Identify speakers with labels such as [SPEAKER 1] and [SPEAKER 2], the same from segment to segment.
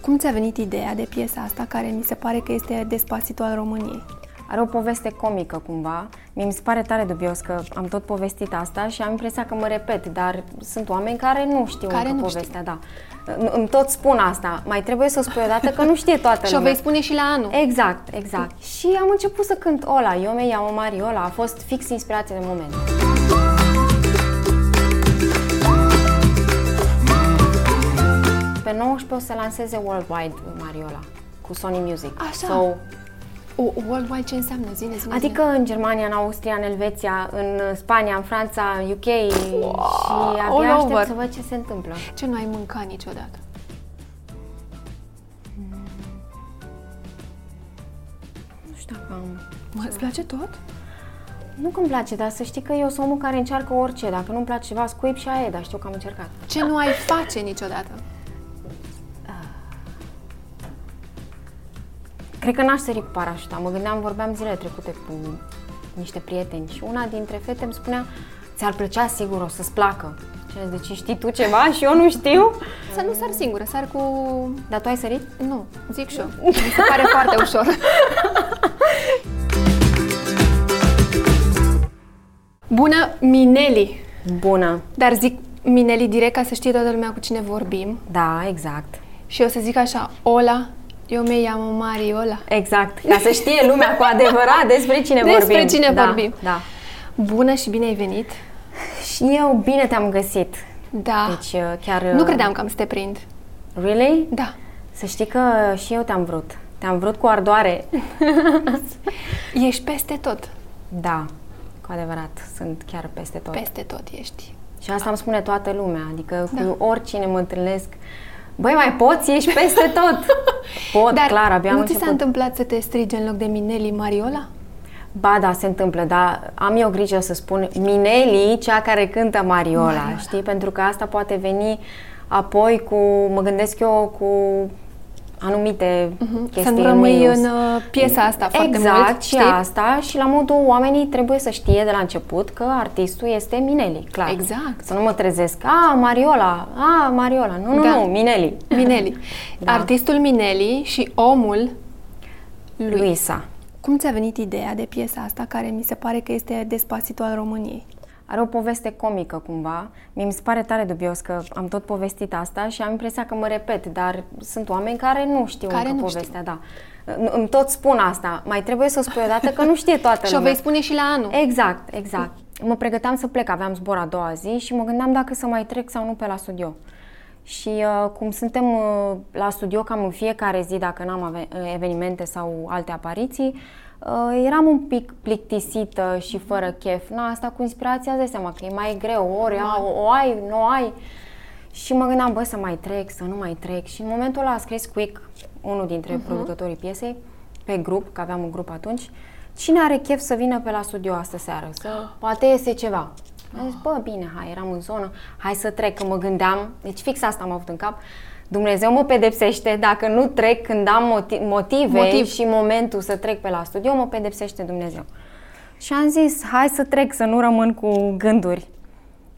[SPEAKER 1] Cum ți-a venit ideea de piesa asta, care mi se pare că este Despacito al României?
[SPEAKER 2] Are o poveste comică cumva. Mie mi se pare tare dubios că am tot povestit asta și am impresia că mă repet, dar sunt oameni care nu știu
[SPEAKER 1] Care
[SPEAKER 2] încă
[SPEAKER 1] nu
[SPEAKER 2] povestea, da. Îmi tot spun asta. Mai trebuie să o spui odată că nu știe toată
[SPEAKER 1] Și o
[SPEAKER 2] lumea.
[SPEAKER 1] vei spune și la anul.
[SPEAKER 2] Exact, exact. Și am început să cânt Ola, eu mei iau Mariola, a fost fix inspirație de moment. Pe 19 o să lanseze Worldwide Mariola cu Sony Music.
[SPEAKER 1] Așa.
[SPEAKER 2] So,
[SPEAKER 1] O, worldwide ce înseamnă? Zine, zine,
[SPEAKER 2] Adică în Germania, în Austria, în Elveția, în Spania, în Franța, UK și
[SPEAKER 1] all
[SPEAKER 2] abia aștept
[SPEAKER 1] over.
[SPEAKER 2] să văd ce se întâmplă.
[SPEAKER 1] zine. ce nu ai mâncat niciodată?
[SPEAKER 2] Nu știu dacă am...
[SPEAKER 1] Mă, îți place tot?
[SPEAKER 2] Nu că îmi place, dar să știi că eu sunt omul care încearcă orice. Dacă nu-mi place ceva, scuip și aia e, dar știu că am încercat.
[SPEAKER 1] Ce nu ai face niciodată?
[SPEAKER 2] Cred că n-aș sări cu parașuta. Mă gândeam, vorbeam zilele trecute cu niște prieteni și una dintre fete îmi spunea Ți-ar plăcea sigur, o să-ți placă. Și am zis, deci știi tu ceva și eu nu știu?
[SPEAKER 1] Să nu sar singură, sar cu...
[SPEAKER 2] Dar tu ai sărit?
[SPEAKER 1] Nu, zic și eu. Mi se pare foarte ușor. Bună, Mineli!
[SPEAKER 2] Bună!
[SPEAKER 1] Dar zic Mineli direct ca să știe toată lumea cu cine vorbim.
[SPEAKER 2] Da, exact.
[SPEAKER 1] Și eu să zic așa, Ola, eu me iau Mariola.
[SPEAKER 2] Exact, ca să știe lumea cu adevărat despre cine
[SPEAKER 1] Despre
[SPEAKER 2] vorbim.
[SPEAKER 1] cine
[SPEAKER 2] da,
[SPEAKER 1] vorbim.
[SPEAKER 2] Da.
[SPEAKER 1] Bună și bine ai venit!
[SPEAKER 2] Și eu bine te-am găsit.
[SPEAKER 1] Da.
[SPEAKER 2] Deci uh, chiar... uh,
[SPEAKER 1] nu credeam că am să te prind.
[SPEAKER 2] Really?
[SPEAKER 1] Da.
[SPEAKER 2] Să știi că și eu te-am vrut. Te-am vrut cu ardoare.
[SPEAKER 1] Ești peste tot.
[SPEAKER 2] Da, cu adevărat, sunt chiar peste tot.
[SPEAKER 1] Peste Da. tot ești.
[SPEAKER 2] Și asta îmi spune toată lumea, adică cu oricine mă întâlnesc. Băi, mai poți? Ești peste tot! Pot, clar, abia am
[SPEAKER 1] nu ți s-a
[SPEAKER 2] început.
[SPEAKER 1] întâmplat să te strige în loc de Mineli Mariola?
[SPEAKER 2] Ba da, se întâmplă, dar am eu grijă să spun Mineli, cea care cântă Mariola,
[SPEAKER 1] Mariola.
[SPEAKER 2] Mariola. știi? Pentru că asta poate veni apoi cu, mă gândesc eu, cu anumite uh-huh.
[SPEAKER 1] Mhm.
[SPEAKER 2] chestii
[SPEAKER 1] Să nu rămâi
[SPEAKER 2] minus.
[SPEAKER 1] în uh, piesa asta foarte
[SPEAKER 2] exact,
[SPEAKER 1] mult,
[SPEAKER 2] și
[SPEAKER 1] știi?
[SPEAKER 2] asta și la modul oamenii trebuie să știe de la început că artistul este Mineli, clar.
[SPEAKER 1] Exact.
[SPEAKER 2] Să nu mă trezesc, a, Mariola, a, Mariola, nu, nu,
[SPEAKER 1] Da.
[SPEAKER 2] nu, Mineli.
[SPEAKER 1] Mineli. da. Artistul Mineli și omul...
[SPEAKER 2] Luisa.
[SPEAKER 1] Cum ți-a venit ideea de piesa asta care mi se pare că este Despacito al României?
[SPEAKER 2] Are o poveste comică cumva. Mie mi se pare tare dubios că am tot povestit asta și am impresia că mă repet, dar sunt oameni care nu știu
[SPEAKER 1] Care
[SPEAKER 2] încă
[SPEAKER 1] nu
[SPEAKER 2] povestea, da. Î- Îmi tot spun asta. Mai trebuie să o spui odată că nu știe toată
[SPEAKER 1] Și o
[SPEAKER 2] lumea.
[SPEAKER 1] vei spune și la anul.
[SPEAKER 2] Exact, exact. Mă pregăteam să plec, aveam zbor a doua zi și mă gândeam dacă să mai trec sau nu pe la studio. Și uh, cum suntem uh, la studio cam în fiecare zi, dacă n-am ave- uh, evenimente sau alte apariții, uh, eram un pic plictisită și fără chef. Na, asta cu inspirația îți dai seama că e mai greu, ori a, o, o ai, nu o ai. Și mă gândeam, bă, să mai trec, să nu mai trec. Și în momentul ăla a scris Quick, unul dintre uh-huh. producătorii piesei, pe grup, că aveam un grup atunci, cine are chef să vină pe la studio astă seară? Să poate iese ceva. Am zis, bă, bine, hai, eram în zonă, hai să trec, că mă gândeam, deci fix asta am avut în cap, Dumnezeu mă pedepsește dacă nu trec când am moti- motive
[SPEAKER 1] Motiv.
[SPEAKER 2] Motiv. și momentul să trec pe la studio, mă pedepsește Dumnezeu. Și am zis, hai să trec, să nu rămân cu gânduri.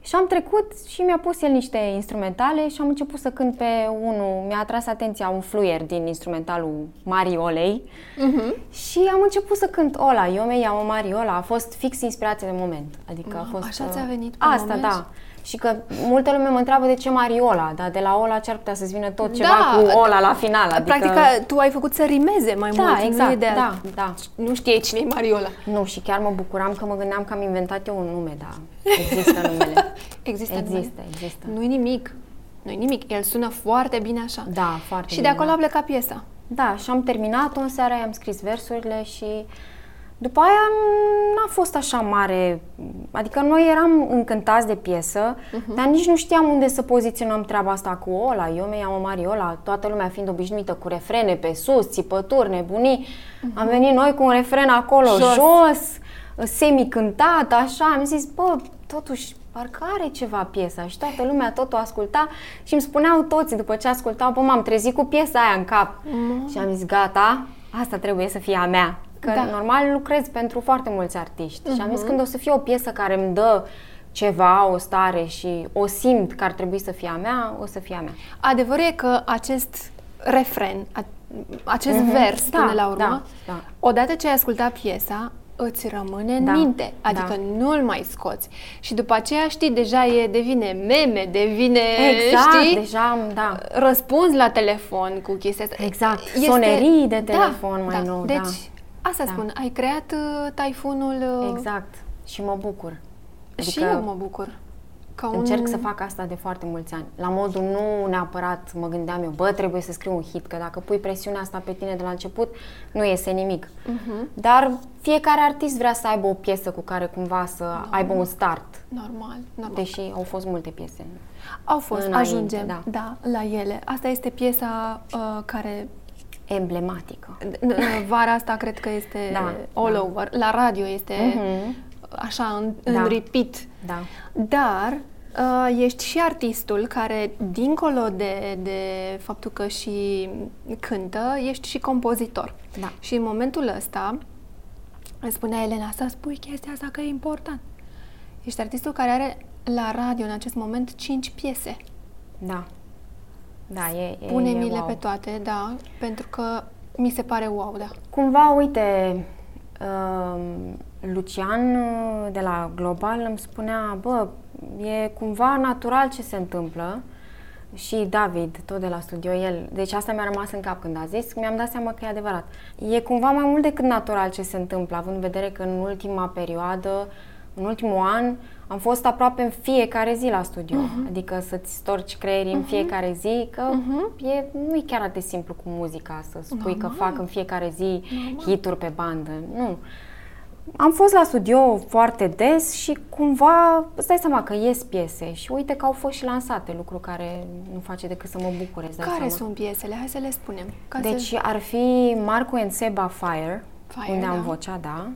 [SPEAKER 2] Și am trecut și mi-a pus el niște instrumentale și am început să cânt pe unul, mi-a atras atenția un fluier din instrumentalul Mariolei
[SPEAKER 1] Mhm.
[SPEAKER 2] uh-huh. și am început să cânt Ola, eu mei iau Mariola, a fost fix inspirație de moment. Adică a fost...
[SPEAKER 1] așa
[SPEAKER 2] uh,
[SPEAKER 1] ți-a venit pe
[SPEAKER 2] Asta,
[SPEAKER 1] moment?
[SPEAKER 2] da. Și că multă lume mă întreabă de ce Mariola, dar de la Ola ce-ar putea să-ți vină tot ceva
[SPEAKER 1] Da,
[SPEAKER 2] cu Ola la final. Adică...
[SPEAKER 1] Practic, a- tu ai făcut să rimeze mai
[SPEAKER 2] Da,
[SPEAKER 1] mult.
[SPEAKER 2] exact,
[SPEAKER 1] nu e de a-
[SPEAKER 2] da, da.
[SPEAKER 1] Nu știai cine e Mariola.
[SPEAKER 2] Nu, și chiar mă bucuram că mă gândeam că am inventat eu un nume, dar există numele.
[SPEAKER 1] Există,
[SPEAKER 2] Există,
[SPEAKER 1] numele.
[SPEAKER 2] există.
[SPEAKER 1] Nu-i nimic. Nu-i nimic. El sună foarte bine așa.
[SPEAKER 2] Da, foarte
[SPEAKER 1] și de
[SPEAKER 2] bine,
[SPEAKER 1] acolo
[SPEAKER 2] da.
[SPEAKER 1] a plecat piesa.
[SPEAKER 2] Da, și am terminat-o în seara, i-am scris versurile și după aia n-a fost așa mare, adică noi eram încântați de piesă, uh-huh. dar nici nu știam unde să poziționăm treaba asta cu Ola, eu mi iau Mariola, toată lumea fiind obișnuită cu refrene pe sus, țipături, nebunii, uh-huh. am venit noi cu un refren acolo
[SPEAKER 1] Jos.
[SPEAKER 2] jos, jos semicântat, așa, am zis, bă, totuși, parcă are ceva piesa și toată lumea tot o asculta și îmi spuneau toți după ce ascultau, bă, m-am trezit cu piesa aia în cap și am zis, gata, asta trebuie să fie a mea. Că
[SPEAKER 1] Da. Mhm.
[SPEAKER 2] normal lucrez pentru foarte mulți artiști și am zis, când o să fie o piesă care îmi dă ceva, o stare și o simt că ar trebui să fie a mea, o să fie a mea.
[SPEAKER 1] Adevărul e că acest refren, a, acest mm-hmm. vers
[SPEAKER 2] Da,
[SPEAKER 1] până la urmă,
[SPEAKER 2] da, da.
[SPEAKER 1] odată ce ai ascultat piesa, îți rămâne în
[SPEAKER 2] Da,
[SPEAKER 1] minte, adică
[SPEAKER 2] da.
[SPEAKER 1] nu-l mai scoți. Și după aceea, știi, deja e, devine meme, devine,
[SPEAKER 2] Exact,
[SPEAKER 1] știi,
[SPEAKER 2] deja, am- da.
[SPEAKER 1] răspuns la telefon cu chestia asta.
[SPEAKER 2] Exact, sonerii de telefon mai nou, da.
[SPEAKER 1] Deci, asta spun, ai creat uh, taifunul uh,
[SPEAKER 2] Exact. Și mă bucur.
[SPEAKER 1] Adică și eu mă bucur. Ca un...
[SPEAKER 2] Încerc să fac asta de foarte mulți ani. La modul nu neapărat mă gândeam eu, bă, trebuie să scriu un hit, că dacă pui presiunea asta pe tine de la început, nu iese nimic. Uh-huh. Dar fiecare artist vrea să aibă o piesă cu care cumva să aibă un start,
[SPEAKER 1] Normal, normal.
[SPEAKER 2] deși au fost multe piese.
[SPEAKER 1] Au fost,
[SPEAKER 2] Înainte,
[SPEAKER 1] ajungem
[SPEAKER 2] da.
[SPEAKER 1] da. Da, la ele. Asta este piesa uh, care
[SPEAKER 2] Emblematică.
[SPEAKER 1] n- n- vara asta cred că este
[SPEAKER 2] Da,
[SPEAKER 1] da, all
[SPEAKER 2] da.
[SPEAKER 1] da. over. La radio este
[SPEAKER 2] Mhm.
[SPEAKER 1] așa în, în
[SPEAKER 2] Da.
[SPEAKER 1] da. repeat.
[SPEAKER 2] Da.
[SPEAKER 1] Dar uh, ești și artistul care, dincolo de, de faptul că și cântă, ești și compozitor.
[SPEAKER 2] Da.
[SPEAKER 1] Și în momentul ăsta, îmi spunea Elena, să spui chestia asta că e important. Ești artistul care are la radio în acest moment 5 piese.
[SPEAKER 2] Da. Da, e, e
[SPEAKER 1] Pune
[SPEAKER 2] e
[SPEAKER 1] mi le
[SPEAKER 2] wow.
[SPEAKER 1] pe toate, da, pentru că mi se pare wow, da.
[SPEAKER 2] Cumva, uite, um, Lucian uh, de la Global îmi spunea, bă, e cumva natural ce se întâmplă. Și David, tot de la studio, el. Deci asta mi-a rămas în cap când a zis, mi-am dat seama că e adevărat. E cumva mai mult decât natural ce se întâmplă, având în vedere că în ultima perioadă, în ultimul an, am fost aproape în fiecare zi la studio.
[SPEAKER 1] Mhm.
[SPEAKER 2] Adică să-ți storci creierii în fiecare zi, că
[SPEAKER 1] Mhm.
[SPEAKER 2] e, nu e chiar atât de simplu cu muzica să spui că fac în fiecare zi hituri pe bandă. Nu. Am fost la studio foarte des și cumva îți dai seama că ies piese și uite că au fost și lansate, lucru care nu face decât să mă bucure. Îți dai
[SPEAKER 1] Care
[SPEAKER 2] seama.
[SPEAKER 1] sunt piesele? Hai să le spunem. Ca să...
[SPEAKER 2] Deci ar fi Marco and Seba Fire,
[SPEAKER 1] Fire,
[SPEAKER 2] unde am
[SPEAKER 1] da.
[SPEAKER 2] vocea, da.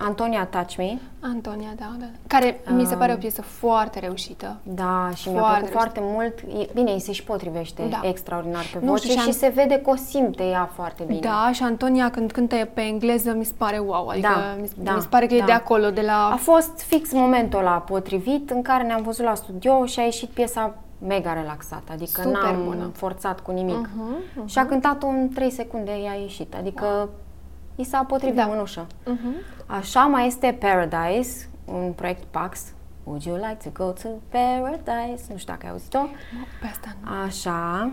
[SPEAKER 2] Antonia Touch Me,
[SPEAKER 1] Antonia, da, da. Care mi
[SPEAKER 2] Ah.
[SPEAKER 1] se pare o piesă foarte reușită.
[SPEAKER 2] da, și mi-a
[SPEAKER 1] Foarte
[SPEAKER 2] plăcut foarte mult. E, bine, îi se și potrivește
[SPEAKER 1] Da.
[SPEAKER 2] extraordinar pe
[SPEAKER 1] Nu, și
[SPEAKER 2] voce și,
[SPEAKER 1] și am-
[SPEAKER 2] se vede că o simte ea foarte bine.
[SPEAKER 1] Da, și Antonia când cântă pe engleză mi se pare wow, adică
[SPEAKER 2] Da,
[SPEAKER 1] mi, se-
[SPEAKER 2] da,
[SPEAKER 1] mi se pare că e
[SPEAKER 2] da.
[SPEAKER 1] de acolo, de la...
[SPEAKER 2] A fost fix momentul ăla potrivit în care ne-am văzut la studio și a ieșit piesa mega relaxată, adică
[SPEAKER 1] Super
[SPEAKER 2] n-am
[SPEAKER 1] bună. Mhm,
[SPEAKER 2] forțat cu nimic. Uh-huh, uh-huh. Și a cântat-o în 3 secunde, i-a ieșit, adică wow. i s-a potrivit da. mânușă.
[SPEAKER 1] Mhm.
[SPEAKER 2] Uh-huh. Așa mai este Paradise, un proiect Pax. Would you like to go to paradise? Nu știu dacă ai auzit-o.
[SPEAKER 1] Pe asta nu.
[SPEAKER 2] Așa.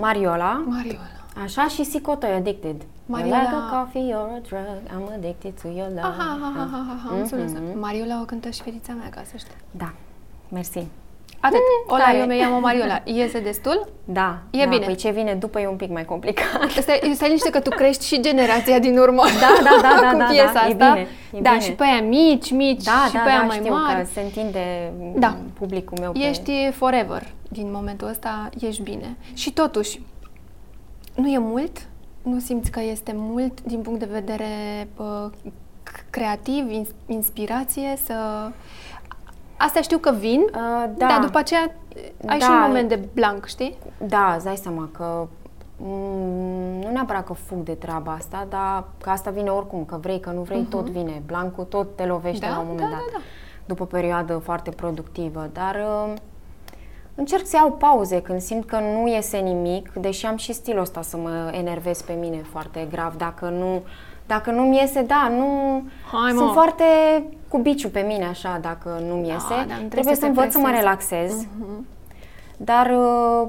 [SPEAKER 2] Mariola.
[SPEAKER 1] Mariola.
[SPEAKER 2] Așa și Sicoto e addicted.
[SPEAKER 1] Mariola-
[SPEAKER 2] You're like a coffee or a drug, I'm addicted to your love.
[SPEAKER 1] Aha, aha, aha, aha, aha, am înțeles. Mariola o cântă și fetița mea, ca să știi.
[SPEAKER 2] Da, mersi.
[SPEAKER 1] Atât.
[SPEAKER 2] Mm,
[SPEAKER 1] Ola,
[SPEAKER 2] tare.
[SPEAKER 1] eu mi iau o Mariola. Iese destul?
[SPEAKER 2] Da,
[SPEAKER 1] E
[SPEAKER 2] da,
[SPEAKER 1] bine.
[SPEAKER 2] Păi ce vine după e un pic mai complicat.
[SPEAKER 1] Stai, stai liniște că tu crești și generația din urmă
[SPEAKER 2] da, da, da,
[SPEAKER 1] cu
[SPEAKER 2] da,
[SPEAKER 1] piesa
[SPEAKER 2] da, e
[SPEAKER 1] asta.
[SPEAKER 2] bine, e
[SPEAKER 1] da,
[SPEAKER 2] bine.
[SPEAKER 1] și pe aia mici, mici
[SPEAKER 2] Da,
[SPEAKER 1] și
[SPEAKER 2] da,
[SPEAKER 1] pe aia
[SPEAKER 2] da,
[SPEAKER 1] mai
[SPEAKER 2] știu
[SPEAKER 1] mari.
[SPEAKER 2] că se întinde
[SPEAKER 1] Da.
[SPEAKER 2] publicul meu pe...
[SPEAKER 1] Ești forever din momentul ăsta, ești bine. Și totuși, nu e mult? Nu simți că este mult din punct de vedere uh, c- creativ, ins- inspirație? să Asta știu că vin,
[SPEAKER 2] Uh, da.
[SPEAKER 1] dar după aceea ai și
[SPEAKER 2] Da.
[SPEAKER 1] un moment de blank, știi?
[SPEAKER 2] Da, îți dai seama că mm, nu neapărat că fug de treaba asta, dar că asta vine oricum, că vrei, că nu vrei, tot vine. Blancul tot te lovește
[SPEAKER 1] Mhm. Da,
[SPEAKER 2] la un moment
[SPEAKER 1] da,
[SPEAKER 2] dat.
[SPEAKER 1] da, da.
[SPEAKER 2] După o perioadă foarte productivă, dar uh, încerc să iau pauze când simt că nu iese nimic, deși am și stilul ăsta să mă enervez pe mine foarte grav, dacă nu dacă nu-mi iese, da, nu...
[SPEAKER 1] Hai,
[SPEAKER 2] sunt
[SPEAKER 1] mă.
[SPEAKER 2] foarte cu biciu pe mine așa, dacă nu-mi iese.
[SPEAKER 1] dar nu Ah, da, trebuie
[SPEAKER 2] trebuie
[SPEAKER 1] să
[SPEAKER 2] să
[SPEAKER 1] te Mhm.
[SPEAKER 2] învăț să mă
[SPEAKER 1] presezi.
[SPEAKER 2] relaxez. Dar uh,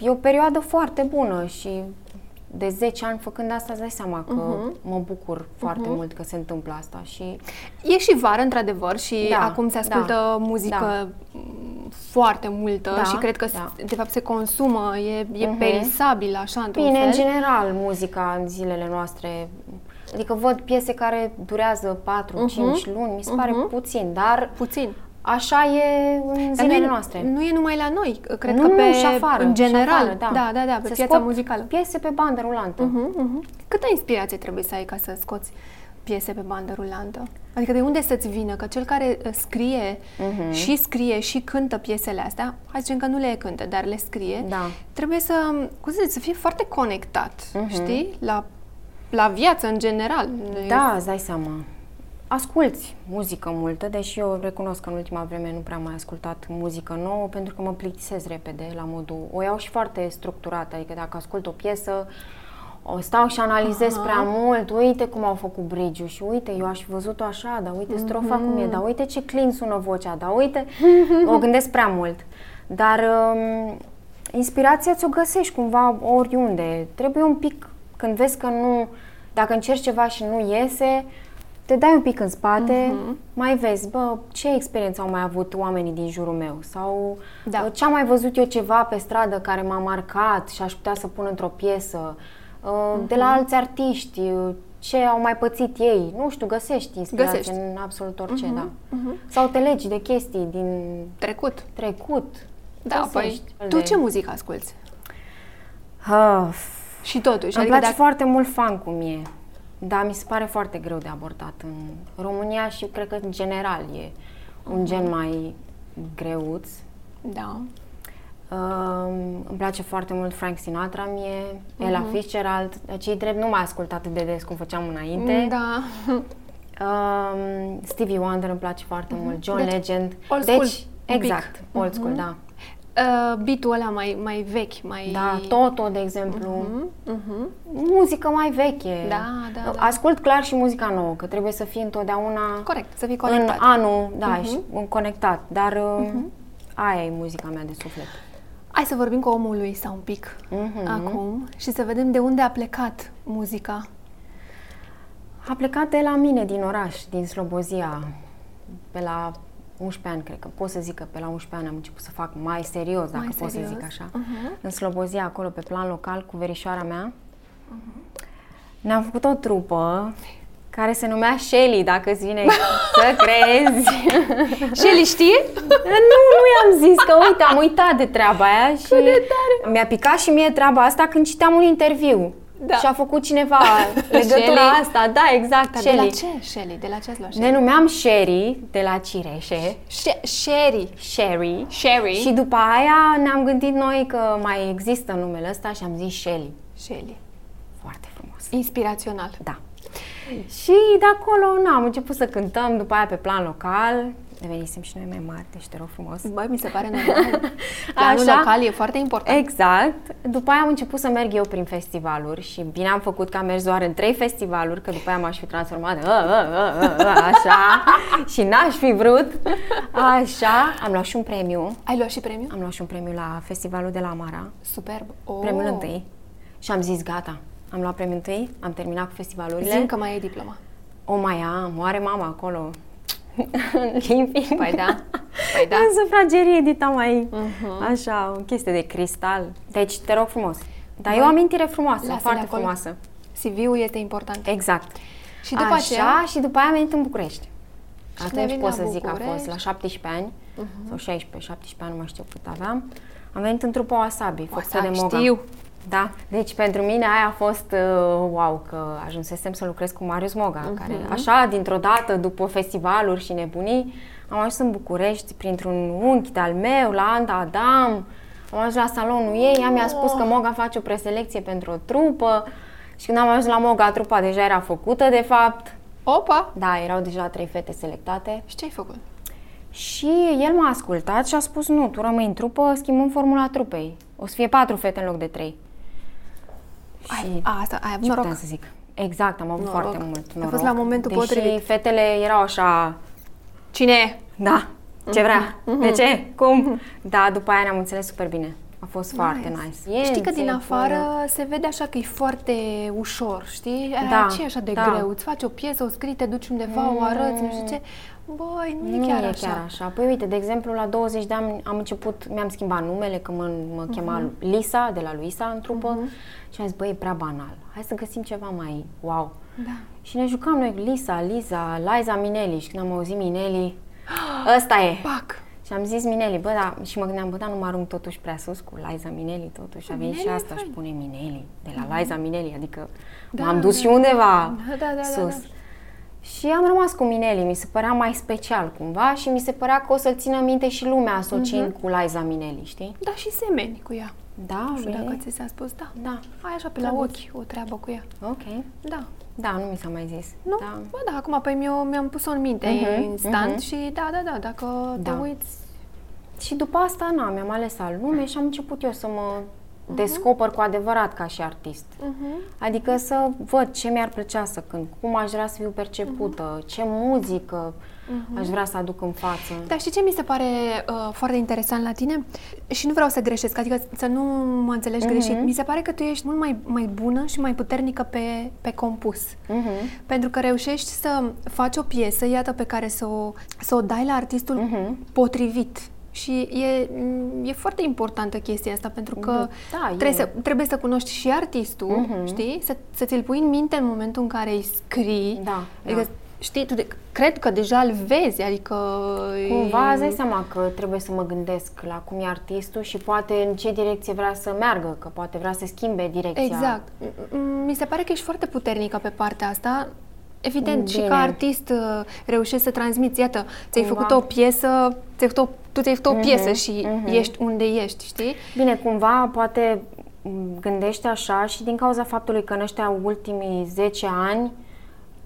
[SPEAKER 2] e o perioadă foarte bună și de 10 ani făcând asta, îți dai seama că
[SPEAKER 1] Mhm.
[SPEAKER 2] mă bucur foarte mult că se întâmplă asta și
[SPEAKER 1] E și vară, într-adevăr, și
[SPEAKER 2] Da,
[SPEAKER 1] da, acum se ascultă da,
[SPEAKER 2] da,
[SPEAKER 1] muzică da. foarte multă
[SPEAKER 2] Da,
[SPEAKER 1] și cred că,
[SPEAKER 2] da. Mhm.
[SPEAKER 1] de fapt, se consumă, e, e uh-huh. perisabil, așa, într-un
[SPEAKER 2] bine, în
[SPEAKER 1] fel.
[SPEAKER 2] general, muzica în zilele noastre, adică văd piese care durează 4-5
[SPEAKER 1] Mhm.
[SPEAKER 2] luni, mi se pare puțin, dar
[SPEAKER 1] Puțin.
[SPEAKER 2] așa e în
[SPEAKER 1] Mhm. Dar nu
[SPEAKER 2] zilele
[SPEAKER 1] e-
[SPEAKER 2] noastre.
[SPEAKER 1] Nu e numai la noi, cred că
[SPEAKER 2] nu,
[SPEAKER 1] pe,
[SPEAKER 2] nu, și afară,
[SPEAKER 1] în general,
[SPEAKER 2] și afară,
[SPEAKER 1] da, da, da, pe
[SPEAKER 2] Se
[SPEAKER 1] piața
[SPEAKER 2] scot
[SPEAKER 1] muzicală. Mhm.
[SPEAKER 2] piese pe bandă rulantă.
[SPEAKER 1] Câtă inspirație trebuie să ai ca să scoți piese pe bandă rulantă? Adică de unde să-ți vină? Că cel care uh, scrie
[SPEAKER 2] Mhm.
[SPEAKER 1] și scrie și cântă piesele astea, hai să zicem că nu le cântă, dar le scrie,
[SPEAKER 2] Da. Mhm.
[SPEAKER 1] trebuie să, cum să zic, să fie foarte conectat, știi? La, la viață în general.
[SPEAKER 2] Da, îți dai Da, seama. asculți muzică multă, deși eu recunosc că în ultima vreme nu prea am mai ascultat muzică nouă pentru că mă plictisesc repede la modul... O iau și foarte structurată, adică dacă ascult o piesă, o stau și analizez
[SPEAKER 1] Aha.
[SPEAKER 2] Aha. prea mult, uite cum au făcut bridge și uite, eu aș fi văzut-o așa, dar uite strofa mm-hmm. cum e, dar uite ce clean sună vocea, dar uite, o gândesc prea mult. Dar um, inspirația ți-o găsești cumva oriunde. Trebuie un pic, când vezi că nu, dacă încerci ceva și nu iese, te dai un pic în spate,
[SPEAKER 1] Mhm.
[SPEAKER 2] mm-hmm. mai vezi, bă, ce experiență au mai avut oamenii din jurul meu sau
[SPEAKER 1] Da.
[SPEAKER 2] da. ce am mai văzut eu ceva pe stradă care m-a marcat și aș putea să pun într-o piesă, uh, de la
[SPEAKER 1] Mhm.
[SPEAKER 2] alți artiști, uh, ce au mai pățit ei, nu știu, găsești inspirație
[SPEAKER 1] Găsești. Mhm,
[SPEAKER 2] în absolut orice, mm-hmm. da. Mm-hmm. Sau te legi de chestii din
[SPEAKER 1] Trecut.
[SPEAKER 2] trecut.
[SPEAKER 1] Da, păi,
[SPEAKER 2] Găsești.
[SPEAKER 1] tu ce muzică asculti?
[SPEAKER 2] Ah,
[SPEAKER 1] Și totuși,
[SPEAKER 2] Îmi
[SPEAKER 1] adică
[SPEAKER 2] place
[SPEAKER 1] dacă...
[SPEAKER 2] foarte mult fan cum e, dar mi se pare foarte greu de abordat în România și cred că în general e un
[SPEAKER 1] Mhm.
[SPEAKER 2] gen mai greuț.
[SPEAKER 1] Da.
[SPEAKER 2] Um, îmi place foarte mult Frank Sinatra mie, Ella
[SPEAKER 1] Mhm.
[SPEAKER 2] Fitzgerald, cei drept nu mai ascult atât de des cum făceam înainte.
[SPEAKER 1] Da.
[SPEAKER 2] Um, Stevie Wonder îmi place foarte mult, John
[SPEAKER 1] Deci,
[SPEAKER 2] Legend.
[SPEAKER 1] old school,
[SPEAKER 2] deci,
[SPEAKER 1] un
[SPEAKER 2] exact,
[SPEAKER 1] pic. Mhm.
[SPEAKER 2] old school, da.
[SPEAKER 1] Uh, beat-ul ăla mai, mai vechi, mai...
[SPEAKER 2] Da, Toto, de exemplu. Muzică mai veche.
[SPEAKER 1] Mhm, Da, da, da.
[SPEAKER 2] Ascult clar și muzica nouă, că trebuie să fii întotdeauna
[SPEAKER 1] Corect, să fii
[SPEAKER 2] în
[SPEAKER 1] conectat. Mhm.
[SPEAKER 2] anul, da, și un conectat, dar uh, aia e muzica mea de suflet.
[SPEAKER 1] Hai să vorbim cu omul lui sau un pic
[SPEAKER 2] Mhm.
[SPEAKER 1] acum și să vedem de unde a plecat muzica.
[SPEAKER 2] A plecat de la mine din oraș, din Slobozia, pe la 11 ani, cred că pot să zic că pe la 11 ani am început să fac mai serios, dacă
[SPEAKER 1] Mai
[SPEAKER 2] pot să
[SPEAKER 1] serios.
[SPEAKER 2] zic așa. Uh-huh. În Slobozia, acolo, pe plan local, cu verișoara mea. Uh-huh. Ne-am făcut o trupă care se numea Shelly, dacă îți vine să crezi.
[SPEAKER 1] Shelly știe?
[SPEAKER 2] nu, nu i-am zis că uite, am uitat de treaba aia și mi-a picat și mie treaba asta când citeam un interviu.
[SPEAKER 1] Da.
[SPEAKER 2] Și a făcut cineva legătura
[SPEAKER 1] Shelly.
[SPEAKER 2] asta, da, exact,
[SPEAKER 1] Dar de
[SPEAKER 2] Shelly.
[SPEAKER 1] la ce Shelly? De la ce ați luat
[SPEAKER 2] Ne
[SPEAKER 1] Shelly?
[SPEAKER 2] numeam Sherry de la cireșe,
[SPEAKER 1] She- Sherry.
[SPEAKER 2] Sherry.
[SPEAKER 1] Sherry.
[SPEAKER 2] Și după aia ne-am gândit noi că mai există numele ăsta și am zis Shelly.
[SPEAKER 1] Shelly.
[SPEAKER 2] Foarte frumos.
[SPEAKER 1] Inspirațional.
[SPEAKER 2] Da. Și de acolo na, am început să cântăm, după aia pe plan local. Devenisem și noi mai mari, deci te rog frumos.
[SPEAKER 1] Băi, mi se pare normal. Planul
[SPEAKER 2] Așa.
[SPEAKER 1] local e foarte important.
[SPEAKER 2] Exact. După aia am început să merg eu prin festivaluri și bine am făcut că am mers doar în trei festivaluri, că după aia m-aș fi transformat în, "Ă, "A, a, a, a, a", așa și n-aș fi vrut. Așa, am luat și un premiu.
[SPEAKER 1] Ai luat și premiu?
[SPEAKER 2] Am luat și un premiu la festivalul de la Amara,
[SPEAKER 1] Superb. Oh.
[SPEAKER 2] premiul întâi. Și am zis, gata, am luat premiul întâi, am terminat cu festivalurile.
[SPEAKER 1] Zim că mai e diploma.
[SPEAKER 2] O mai am, o are mama acolo. Limpii.
[SPEAKER 1] Păi da. Păi da. Mhm.
[SPEAKER 2] În sufragerie edita mai așa, o chestie de cristal. Deci, te rog frumos. Dar e o amintire frumoasă,
[SPEAKER 1] Lasă-le
[SPEAKER 2] foarte
[SPEAKER 1] acolo.
[SPEAKER 2] frumoasă.
[SPEAKER 1] CV-ul este important.
[SPEAKER 2] Exact.
[SPEAKER 1] Și după
[SPEAKER 2] așa,
[SPEAKER 1] aceea?
[SPEAKER 2] și după aia am venit în București.
[SPEAKER 1] ne-ai
[SPEAKER 2] Atunci
[SPEAKER 1] venit
[SPEAKER 2] pot
[SPEAKER 1] la
[SPEAKER 2] să zic că a fost
[SPEAKER 1] București.
[SPEAKER 2] la 17 ani uh-huh. sau 16, 17 ani, nu mai știu cât aveam. Am venit în trupa Wasabi, făcută de
[SPEAKER 1] Wasabi,
[SPEAKER 2] Moga.
[SPEAKER 1] știu.
[SPEAKER 2] Da, deci pentru mine aia a fost uh, wow, că ajunsesem să lucrez cu Marius Moga, uh-huh. care așa, dintr-o dată, după festivaluri și nebunii, am ajuns în București printr-un unchi de-al meu, la Anda Adam, am ajuns la salonul ei, ea mi-a spus că Moga face o preselecție pentru o trupă și când am ajuns la Moga, trupa deja era făcută, de fapt.
[SPEAKER 1] Opa!
[SPEAKER 2] Da, erau deja trei fete selectate
[SPEAKER 1] Și ce ai făcut?
[SPEAKER 2] și el m-a ascultat și a spus, nu, tu rămâi în trupă, schimbăm formula trupei. O să fie patru fete în loc de trei.
[SPEAKER 1] Ai, a, asta, ai avut
[SPEAKER 2] Ce
[SPEAKER 1] noroc.
[SPEAKER 2] puteam să zic? Exact, am avut
[SPEAKER 1] Noroc.
[SPEAKER 2] foarte mult
[SPEAKER 1] A
[SPEAKER 2] noroc.
[SPEAKER 1] fost la momentul
[SPEAKER 2] Deși
[SPEAKER 1] potrivit.
[SPEAKER 2] fetele erau așa,
[SPEAKER 1] Cine e?
[SPEAKER 2] da, ce vrea,
[SPEAKER 1] Mhm.
[SPEAKER 2] de ce, cum. Da, după aia ne-am înțeles super bine. A fost foarte nice.
[SPEAKER 1] Știi că din
[SPEAKER 2] Ființe, formă.
[SPEAKER 1] afară se vede așa că e foarte ușor, știi? Da,
[SPEAKER 2] Da,
[SPEAKER 1] ce e așa de
[SPEAKER 2] da.
[SPEAKER 1] greu? Îți faci o piesă, o scrii, te duci undeva, o arăți, nu știu ce. Băi, nu,
[SPEAKER 2] Nu
[SPEAKER 1] e chiar
[SPEAKER 2] e
[SPEAKER 1] așa.
[SPEAKER 2] chiar așa. Păi uite, de exemplu, la 20 de ani am început, mi-am schimbat numele, că mă, mă
[SPEAKER 1] Mhm.
[SPEAKER 2] chema Lisa, de la Luisa, în trupă. Și am zis, băi, e prea banal. Hai să găsim ceva mai wow.
[SPEAKER 1] Da.
[SPEAKER 2] Și ne jucam noi cu Lisa, Liza, Liza Minelli. Și când am auzit Minelli, ăsta e.
[SPEAKER 1] Pac!
[SPEAKER 2] Și am zis Mineli, bă, da, și mă gândeam, bă, dar nu mă arunc totuși prea sus cu Liza Mineli, totuși. A venit și
[SPEAKER 1] Minelli e
[SPEAKER 2] asta și pune Mineli, de la Liza Mineli, adică
[SPEAKER 1] Da,
[SPEAKER 2] m-am dus
[SPEAKER 1] da,
[SPEAKER 2] și undeva
[SPEAKER 1] da, da, da,
[SPEAKER 2] sus.
[SPEAKER 1] da.
[SPEAKER 2] Și am rămas cu Mineli, mi se părea mai special cumva și mi se părea că o să-l țină minte și lumea asociind mm-hmm. cu Liza Mineli, știi?
[SPEAKER 1] Da, și semeni cu ea.
[SPEAKER 2] Da,
[SPEAKER 1] Nu știu
[SPEAKER 2] e-
[SPEAKER 1] dacă ți s-a spus, da.
[SPEAKER 2] Da,
[SPEAKER 1] Ai așa pe la
[SPEAKER 2] Drăguț.
[SPEAKER 1] ochi o treabă cu ea.
[SPEAKER 2] ok.
[SPEAKER 1] Da.
[SPEAKER 2] Da, nu mi s-a mai zis.
[SPEAKER 1] Nu?
[SPEAKER 2] Da.
[SPEAKER 1] Bă, da, acum păi mi-o, mi-am pus-o în minte
[SPEAKER 2] Mhm,
[SPEAKER 1] uh-huh, instant
[SPEAKER 2] mhm.
[SPEAKER 1] uh-huh. și da, da, da, dacă da.
[SPEAKER 2] Da.
[SPEAKER 1] te uiți,
[SPEAKER 2] Și după asta, na, mi-am ales albume și am început eu să mă descoper cu adevărat ca și artist.
[SPEAKER 1] uh-huh,
[SPEAKER 2] Adică să văd ce mi-ar plăcea să cânt, cum aș vrea să fiu percepută, ce muzică aș vrea să aduc în față.
[SPEAKER 1] Dar știi ce mi se pare uh, foarte interesant la tine? Și nu vreau să greșesc, adică să nu mă înțelegi uh-huh. greșit. Mi se pare că tu ești mult mai, mai bună și mai puternică pe, pe compus.
[SPEAKER 2] Mhm.
[SPEAKER 1] Pentru că reușești să faci o piesă, iată, pe care să o, să o dai la artistul
[SPEAKER 2] Mhm.
[SPEAKER 1] potrivit. Și e, m, e foarte importantă chestia asta, pentru că
[SPEAKER 2] Da, e. Mhm.
[SPEAKER 1] trebuie, să, trebuie să cunoști și artistul, știi? Să, să ți-l pui în minte în momentul în care îi scrii.
[SPEAKER 2] Da,
[SPEAKER 1] Adică,
[SPEAKER 2] da.
[SPEAKER 1] știi, tu de, cred că deja îl vezi, adică...
[SPEAKER 2] Cumva îți dai seama că trebuie să mă gândesc la cum e artistul și poate în ce direcție vrea să meargă, că poate vrea să schimbe direcția.
[SPEAKER 1] Exact. M- m- Mi se pare că ești foarte puternică pe partea asta. Evident, Bine. și
[SPEAKER 2] Bine.
[SPEAKER 1] ca artist uh, reușești să transmiți. Iată, ți-ai
[SPEAKER 2] Cumva.
[SPEAKER 1] făcut o piesă, ți-ai făcut o, tu ți-ai făcut o piesă și ești unde ești, știi?
[SPEAKER 2] Bine, cumva poate m, gândește așa și din cauza faptului că în ăștia ultimii 10 ani,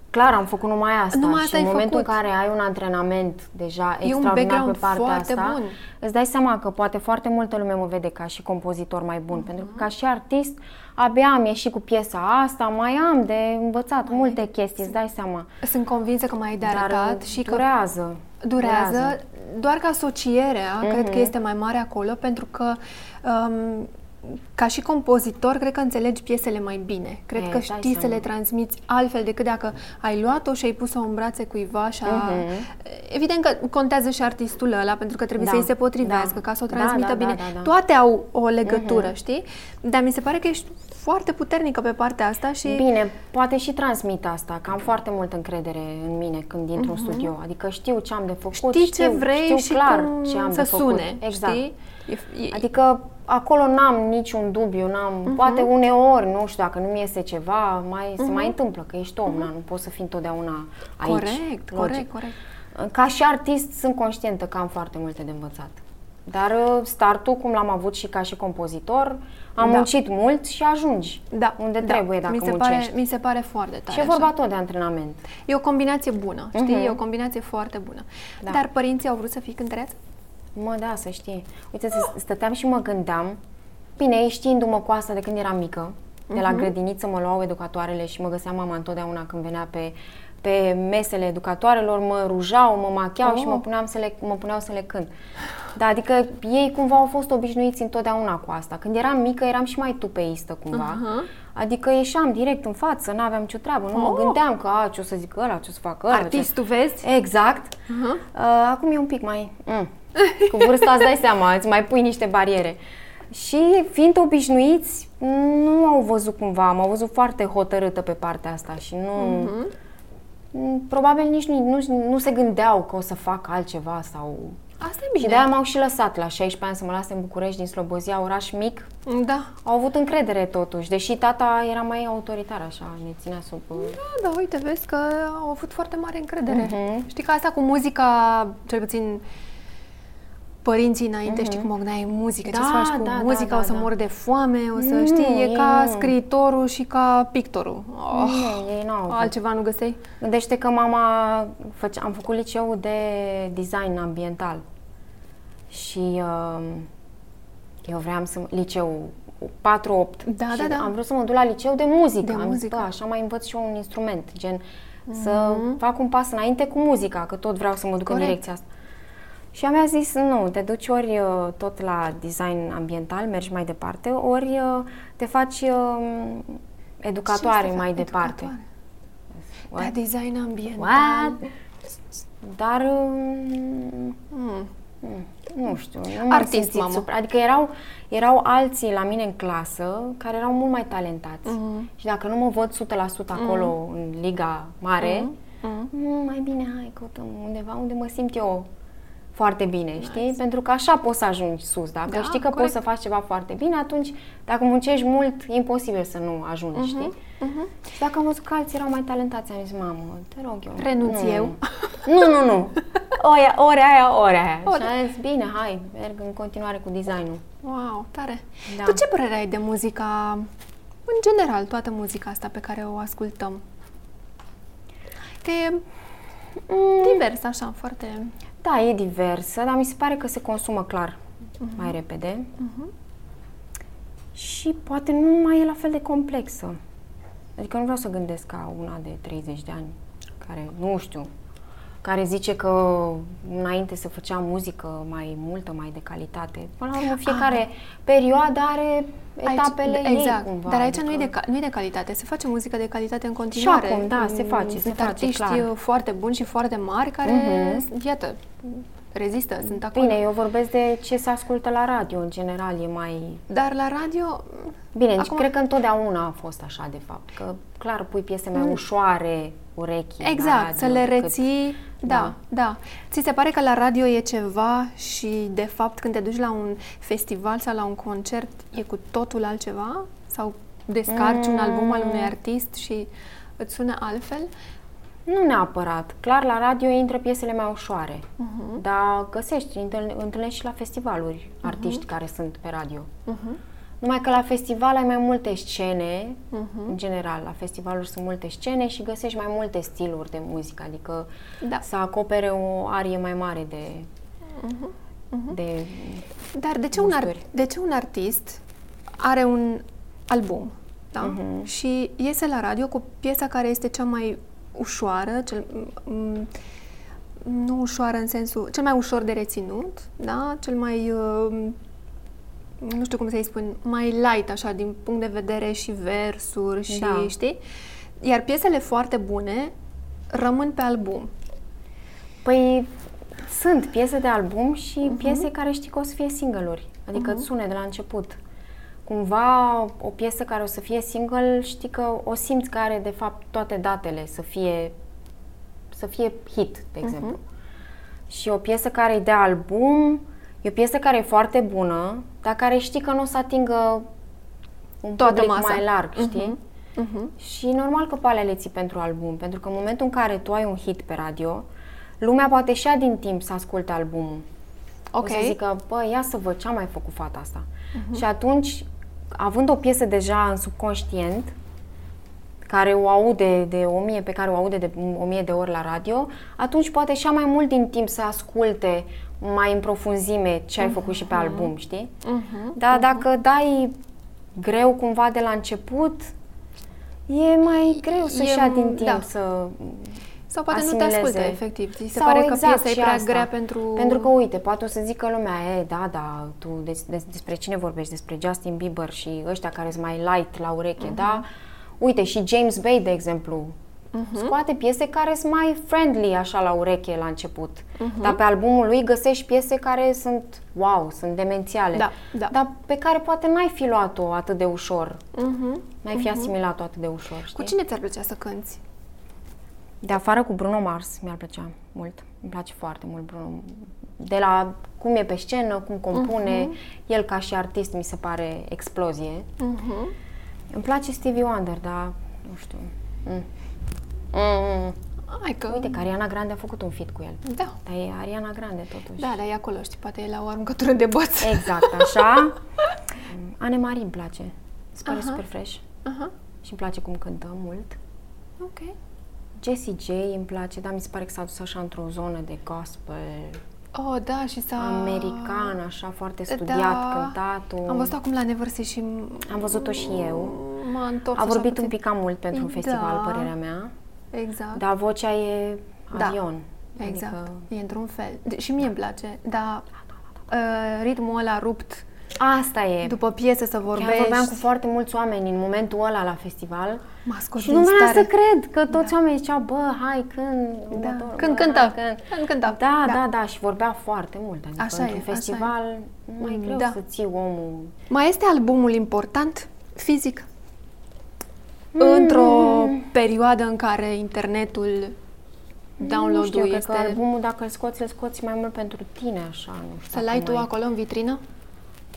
[SPEAKER 2] clar am făcut numai asta.
[SPEAKER 1] Numai
[SPEAKER 2] și
[SPEAKER 1] asta
[SPEAKER 2] în
[SPEAKER 1] ai
[SPEAKER 2] momentul în
[SPEAKER 1] făcut.
[SPEAKER 2] care ai un antrenament deja
[SPEAKER 1] E un
[SPEAKER 2] extraordinar pe
[SPEAKER 1] background
[SPEAKER 2] partea
[SPEAKER 1] foarte
[SPEAKER 2] asta,
[SPEAKER 1] bun.
[SPEAKER 2] îți dai seama că poate foarte multă lume mă vede ca și compozitor mai bun, pentru că
[SPEAKER 1] Mhm.
[SPEAKER 2] ca și artist abia am ieșit cu piesa asta, mai am de învățat multe chestii, îți dai seama.
[SPEAKER 1] Sunt convinsă că mai ai de arătat și că
[SPEAKER 2] durează. Mhm.
[SPEAKER 1] durează, doar că asocierea cred că este mai mare acolo pentru că um, ca și compozitor cred că înțelegi piesele mai bine. Cred
[SPEAKER 2] E,
[SPEAKER 1] că
[SPEAKER 2] dai
[SPEAKER 1] știi să
[SPEAKER 2] seama.
[SPEAKER 1] le transmiți altfel decât dacă ai luat-o și ai pus-o în brațe cuiva și a... Evident că contează și artistul ăla pentru că trebuie
[SPEAKER 2] Mhm. Da,
[SPEAKER 1] să îi se potrivească
[SPEAKER 2] da.
[SPEAKER 1] ca să o
[SPEAKER 2] Da,
[SPEAKER 1] transmită
[SPEAKER 2] da, da,
[SPEAKER 1] bine.
[SPEAKER 2] da, Mhm. da.
[SPEAKER 1] Toate au o legătură, știi? Dar mi se pare că ești foarte puternică pe partea asta și...
[SPEAKER 2] Bine, poate și transmit asta, că am foarte multă încredere în mine când intru în studio. Adică știu ce am de făcut,
[SPEAKER 1] Mhm. Știi
[SPEAKER 2] știu,
[SPEAKER 1] ce vrei
[SPEAKER 2] știu
[SPEAKER 1] și
[SPEAKER 2] clar
[SPEAKER 1] cum
[SPEAKER 2] ce am
[SPEAKER 1] să
[SPEAKER 2] de făcut.
[SPEAKER 1] sune,
[SPEAKER 2] exact.
[SPEAKER 1] știi? E- e-
[SPEAKER 2] Adică acolo n-am niciun dubiu, n-am,
[SPEAKER 1] Mhm.
[SPEAKER 2] poate uneori, nu știu, dacă nu-mi iese ceva, mai, se mai întâmplă, că ești om, na, nu poți să fii întotdeauna aici.
[SPEAKER 1] Mhm. Corect, corect, corect.
[SPEAKER 2] Ca și artist sunt conștientă că am foarte multe de învățat. Dar ă, startul, cum l-am avut și ca și compozitor, am
[SPEAKER 1] Da.
[SPEAKER 2] muncit mult și ajungi
[SPEAKER 1] Da,
[SPEAKER 2] unde
[SPEAKER 1] da.
[SPEAKER 2] trebuie dacă
[SPEAKER 1] mi se
[SPEAKER 2] muncești.
[SPEAKER 1] Pare, mi se pare foarte tare.
[SPEAKER 2] Și e
[SPEAKER 1] așa.
[SPEAKER 2] vorba tot de antrenament.
[SPEAKER 1] E o combinație bună, știi? E o combinație foarte bună.
[SPEAKER 2] Da.
[SPEAKER 1] Dar părinții au vrut să fii cântăreață?
[SPEAKER 2] Mă, da, să știi. Uite, să stăteam și mă gândeam, bine, ei știindu-mă cu asta de când eram mică, de
[SPEAKER 1] Mhm.
[SPEAKER 2] la grădiniță mă luau educatoarele și mă găseam mama întotdeauna când venea pe, pe mesele educatoarelor, mă rujau, mă machiau și mă,
[SPEAKER 1] Oh.
[SPEAKER 2] puneam să le, mă puneau să le cânt. Da, adică ei cumva au fost obișnuiți întotdeauna cu asta. Când eram mică, eram și mai tupeistă cumva.
[SPEAKER 1] Aha.
[SPEAKER 2] Adică ieșeam direct în față, n-aveam nicio treabă, nu mă
[SPEAKER 1] Oh.
[SPEAKER 2] gândeam că a, ce o să zic ăla, ce o să fac ăla. ce o să-
[SPEAKER 1] Artistul, vezi?
[SPEAKER 2] Exact. Uh, acum e un pic mai... Mm. Cu vârsta îți dai seama, îți mai pui niște bariere. Și fiind obișnuiți, nu au văzut cumva, m-au văzut foarte hotărâtă pe partea asta și nu... Mm, Probabil nici nu, nu, nu se gândeau că o să fac altceva sau...
[SPEAKER 1] Asta e
[SPEAKER 2] Și
[SPEAKER 1] bine.
[SPEAKER 2] de-aia m-au și lăsat la 16 ani să mă lase în București din Slobozia, oraș mic.
[SPEAKER 1] Da.
[SPEAKER 2] Au avut încredere totuși, deși tata era mai autoritar așa, ne ținea sub... uh,
[SPEAKER 1] Da, da, uite, vezi că au avut foarte mare încredere.
[SPEAKER 2] Mhm.
[SPEAKER 1] Știi că asta cu muzica, cel puțin părinții înainte, știi cum ogneai muzică,
[SPEAKER 2] Da,
[SPEAKER 1] ce să faci cu
[SPEAKER 2] da, da,
[SPEAKER 1] muzica,
[SPEAKER 2] da,
[SPEAKER 1] o să
[SPEAKER 2] da. Mm.
[SPEAKER 1] mor de foame, o să
[SPEAKER 2] Nu,
[SPEAKER 1] știi, e
[SPEAKER 2] ei
[SPEAKER 1] ca
[SPEAKER 2] nu.
[SPEAKER 1] scriitorul și ca pictorul. Oh,
[SPEAKER 2] Nu, ei n-au avut.
[SPEAKER 1] altceva nu găseai?
[SPEAKER 2] Gândește că mama, făcea, am făcut liceu de design ambiental și uh, eu vreau să, liceu 4-8
[SPEAKER 1] Da,
[SPEAKER 2] și
[SPEAKER 1] da, da.
[SPEAKER 2] am vrut să mă duc la liceu de muzică.
[SPEAKER 1] De
[SPEAKER 2] am zis,
[SPEAKER 1] muzică. Mhm.
[SPEAKER 2] bă, așa mai învăț și eu un instrument, gen să fac un pas înainte cu muzica, că tot vreau să mă duc în
[SPEAKER 1] Corect.
[SPEAKER 2] direcția asta. Și ea mi-a zis, nu, te duci ori uh, tot la design ambiental, mergi mai departe, ori uh, te faci uh, educatoare
[SPEAKER 1] Ce să
[SPEAKER 2] mai
[SPEAKER 1] fac?
[SPEAKER 2] departe.
[SPEAKER 1] Educatoare.
[SPEAKER 2] What?
[SPEAKER 1] Da, design ambiental.
[SPEAKER 2] What? Dar um,
[SPEAKER 1] Mm.
[SPEAKER 2] nu știu, nu m-am
[SPEAKER 1] Artist,
[SPEAKER 2] simțit
[SPEAKER 1] mamă.
[SPEAKER 2] supra- Adică erau, erau alții la mine în clasă care erau mult mai talentați. Și dacă nu mă văd 100% acolo în liga mare,
[SPEAKER 1] Mhm.
[SPEAKER 2] "Mm, mai bine hai căutăm undeva unde mă simt eu foarte bine, nice. știi? Pentru că așa poți să ajungi sus. Dacă
[SPEAKER 1] Da,
[SPEAKER 2] știi că
[SPEAKER 1] corect.
[SPEAKER 2] poți să faci ceva foarte bine, atunci dacă muncești mult, e imposibil să nu ajungi,
[SPEAKER 1] Mhm,
[SPEAKER 2] uh-huh. știi? Uh-huh. Și dacă am văzut că alții erau mai talentați, am zis, mamă, te rog eu.
[SPEAKER 1] Renunț
[SPEAKER 2] nu,
[SPEAKER 1] eu."
[SPEAKER 2] Nu, nu, nu. Oia, ore aia, ore aia.
[SPEAKER 1] Ori.
[SPEAKER 2] Și am zis, bine, hai, merg în continuare cu designul.
[SPEAKER 1] Wow, tare!
[SPEAKER 2] Da.
[SPEAKER 1] Tu ce părere ai de muzica, în general, toată muzica asta pe care o ascultăm? Că e mm, divers, așa, foarte...
[SPEAKER 2] Da, e diversă, dar mi se pare că se consumă clar
[SPEAKER 1] Mhm.
[SPEAKER 2] uh-huh. mai repede. Uh-huh. Și poate nu mai e la fel de complexă. Adică nu vreau să gândesc ca una de 30 de ani, care, nu știu, care zice că înainte se făcea muzică mai multă, mai de calitate. Până la urmă, fiecare perioadă are etapele
[SPEAKER 1] Ah, da. aici,
[SPEAKER 2] ei
[SPEAKER 1] exact.
[SPEAKER 2] cumva. adică-
[SPEAKER 1] Dar aici nu, e de, ca- nu e de calitate, se face muzică de calitate în continuare. Mm,
[SPEAKER 2] acum, da, se face, se
[SPEAKER 1] Sunt
[SPEAKER 2] face,
[SPEAKER 1] artiști
[SPEAKER 2] clar. Mhm.
[SPEAKER 1] uh, foarte buni și foarte mari care, uh-huh. iată, rezistă, sunt acolo.
[SPEAKER 2] Bine, eu vorbesc de ce se ascultă la radio, în general, e mai
[SPEAKER 1] Dar la radio,
[SPEAKER 2] Bine, deci
[SPEAKER 1] Acum-
[SPEAKER 2] cred că întotdeauna a fost așa, de fapt, că clar pui piese mai ușoare urechii.
[SPEAKER 1] Mm. exact,
[SPEAKER 2] la radio
[SPEAKER 1] să le
[SPEAKER 2] decât-
[SPEAKER 1] reții, da,
[SPEAKER 2] da.
[SPEAKER 1] da, da. Ți se pare că la radio e ceva și, de fapt, când te duci la un festival sau la un concert, e cu totul altceva? Sau descarci un album al unui artist și îți sună altfel?
[SPEAKER 2] Nu neapărat. Clar, la radio intră piesele mai ușoare,
[SPEAKER 1] Mhm.
[SPEAKER 2] dar găsești, întâlne- întâlnești și la festivaluri artiști care sunt pe radio.
[SPEAKER 1] Mhm.
[SPEAKER 2] Numai că la festival ai mai multe scene,
[SPEAKER 1] Mhm.
[SPEAKER 2] în general, la festivaluri sunt multe scene și găsești mai multe stiluri de muzică, adică
[SPEAKER 1] Da.
[SPEAKER 2] să acopere o arie mai mare de...
[SPEAKER 1] Mhm.
[SPEAKER 2] de
[SPEAKER 1] Dar de ce, un ar-
[SPEAKER 2] Gusturi.
[SPEAKER 1] de ce un artist are un album da?
[SPEAKER 2] Mhm.
[SPEAKER 1] uh-huh. și iese la radio cu piesa care este cea mai ușoară, cel, m- m- nu ușoară în sensul, cel mai ușor de reținut, da? cel mai, uh, nu știu cum să-i spun, mai light așa din punct de vedere și versuri și
[SPEAKER 2] Da.
[SPEAKER 1] da. știi? Iar piesele foarte bune rămân pe album.
[SPEAKER 2] Păi sunt piese de album și uh-huh. piese care știi că o să fie single-uri, adică uh-huh. îți sune de la început. Cumva o piesă care o să fie single, știi că o simți că are de fapt toate datele să fie să fie hit,
[SPEAKER 1] Mhm.
[SPEAKER 2] de exemplu. Și o piesă care e de album, e o piesă care e foarte bună, dar care știi că nu o să atingă un
[SPEAKER 1] Toată
[SPEAKER 2] public
[SPEAKER 1] masa. Mhm.
[SPEAKER 2] mai larg, știi? Și normal că pe alea le ții pentru album, pentru că în momentul în care tu ai un hit pe radio, lumea poate și ia din timp să asculte albumul.
[SPEAKER 1] Ok. Mhm.
[SPEAKER 2] O să zică, bă, ia să văd ce a mai făcut fata asta. Și atunci, având o piesă deja în subconștient, care o aude de o mie, pe care o aude de o mie de ori la radio, atunci poate și mai mult din timp să asculte mai în profunzime ce ai făcut și pe album, știi?
[SPEAKER 1] Mhm.
[SPEAKER 2] Dar dacă dai greu cumva de la început, e mai greu să-și
[SPEAKER 1] E-
[SPEAKER 2] ia din timp
[SPEAKER 1] da.
[SPEAKER 2] să
[SPEAKER 1] Sau poate nu te
[SPEAKER 2] asimileze.
[SPEAKER 1] ascultă, efectiv. Ți se
[SPEAKER 2] Sau
[SPEAKER 1] pare că
[SPEAKER 2] exact
[SPEAKER 1] piesa
[SPEAKER 2] și
[SPEAKER 1] e prea
[SPEAKER 2] asta.
[SPEAKER 1] grea pentru...
[SPEAKER 2] Pentru că, uite, poate o să zică lumea, e, da, da, tu des, des, despre cine vorbești? Despre Justin Bieber și ăștia care sunt mai light la ureche, da?
[SPEAKER 1] Mhm.
[SPEAKER 2] Uite, și James Bay, de exemplu, scoate piese care sunt mai friendly așa la ureche la început.
[SPEAKER 1] Mhm.
[SPEAKER 2] Dar pe albumul lui găsești piese care sunt, wow, sunt demențiale.
[SPEAKER 1] Da, da.
[SPEAKER 2] Dar pe care poate n-ai fi luat-o atât de ușor,
[SPEAKER 1] Mhm.
[SPEAKER 2] n-ai fi asimilat-o atât de ușor, știi?
[SPEAKER 1] Cu cine ți-ar plăcea să cânți?
[SPEAKER 2] De afară cu Bruno Mars mi-ar plăcea mult. Îmi place foarte mult Bruno. De la cum e pe scenă, cum compune,
[SPEAKER 1] Mhm.
[SPEAKER 2] uh-huh. el ca și artist mi se pare explozie. Mhm.
[SPEAKER 1] Uh-huh.
[SPEAKER 2] Îmi place Stevie Wonder, dar nu știu. Mm. Mm.
[SPEAKER 1] Hai că...
[SPEAKER 2] Uite că Ariana Grande a făcut un fit cu el.
[SPEAKER 1] Da.
[SPEAKER 2] Dar e Ariana Grande totuși.
[SPEAKER 1] Da, dar e acolo, știi, poate e la o aruncătură de băț.
[SPEAKER 2] Exact, așa. Anemarie îmi place. Îmi pare
[SPEAKER 1] Aha.
[SPEAKER 2] super fresh
[SPEAKER 1] Aha,
[SPEAKER 2] și îmi place cum cântă mult.
[SPEAKER 1] ok.
[SPEAKER 2] Jessie J îmi place, dar mi se pare că s-a dus așa într-o zonă de gospel,
[SPEAKER 1] Oh, da, și s-a...
[SPEAKER 2] american, așa, foarte studiat,
[SPEAKER 1] Da.
[SPEAKER 2] cântatul.
[SPEAKER 1] Am văzut acum la Neversi și
[SPEAKER 2] Am văzut-o și eu.
[SPEAKER 1] m-a întors
[SPEAKER 2] A
[SPEAKER 1] așa
[SPEAKER 2] vorbit
[SPEAKER 1] puțin.
[SPEAKER 2] un pic cam mult pentru un
[SPEAKER 1] Da.
[SPEAKER 2] festival, părerea mea,
[SPEAKER 1] Exact,
[SPEAKER 2] dar vocea e
[SPEAKER 1] Da.
[SPEAKER 2] avion.
[SPEAKER 1] exact.
[SPEAKER 2] Adică... Da,
[SPEAKER 1] E într-un fel. De- și mie îmi place, dar uh, ritmul ăla rupt
[SPEAKER 2] Asta da. e.
[SPEAKER 1] după piesă să
[SPEAKER 2] Chiar
[SPEAKER 1] vorbești.
[SPEAKER 2] vorbeam cu foarte mulți oameni în momentul ăla la festival
[SPEAKER 1] M-a scos
[SPEAKER 2] și
[SPEAKER 1] din
[SPEAKER 2] nu vreau
[SPEAKER 1] stare.
[SPEAKER 2] să cred că toți oamenii ziceau, bă, hai, când,
[SPEAKER 1] Da.
[SPEAKER 2] următorul,
[SPEAKER 1] Când
[SPEAKER 2] bă,
[SPEAKER 1] cântă,
[SPEAKER 2] hai, când.
[SPEAKER 1] când cântă.
[SPEAKER 2] Da, da, da, și vorbea foarte mult. Adică
[SPEAKER 1] Așa
[SPEAKER 2] într-un
[SPEAKER 1] e, așa e.
[SPEAKER 2] festival nu mai e greu
[SPEAKER 1] Da.
[SPEAKER 2] să ții omul
[SPEAKER 1] Mai este albumul important fizic?
[SPEAKER 2] Mm.
[SPEAKER 1] Într-o perioadă în care internetul
[SPEAKER 2] Mm, nu știu,
[SPEAKER 1] download-ul
[SPEAKER 2] cred că
[SPEAKER 1] este...
[SPEAKER 2] albumul, dacă îl scoți, îl scoți mai mult pentru tine, așa, nu știu.
[SPEAKER 1] Să-l
[SPEAKER 2] dacă
[SPEAKER 1] ai tu
[SPEAKER 2] mai-
[SPEAKER 1] acolo în vitrină?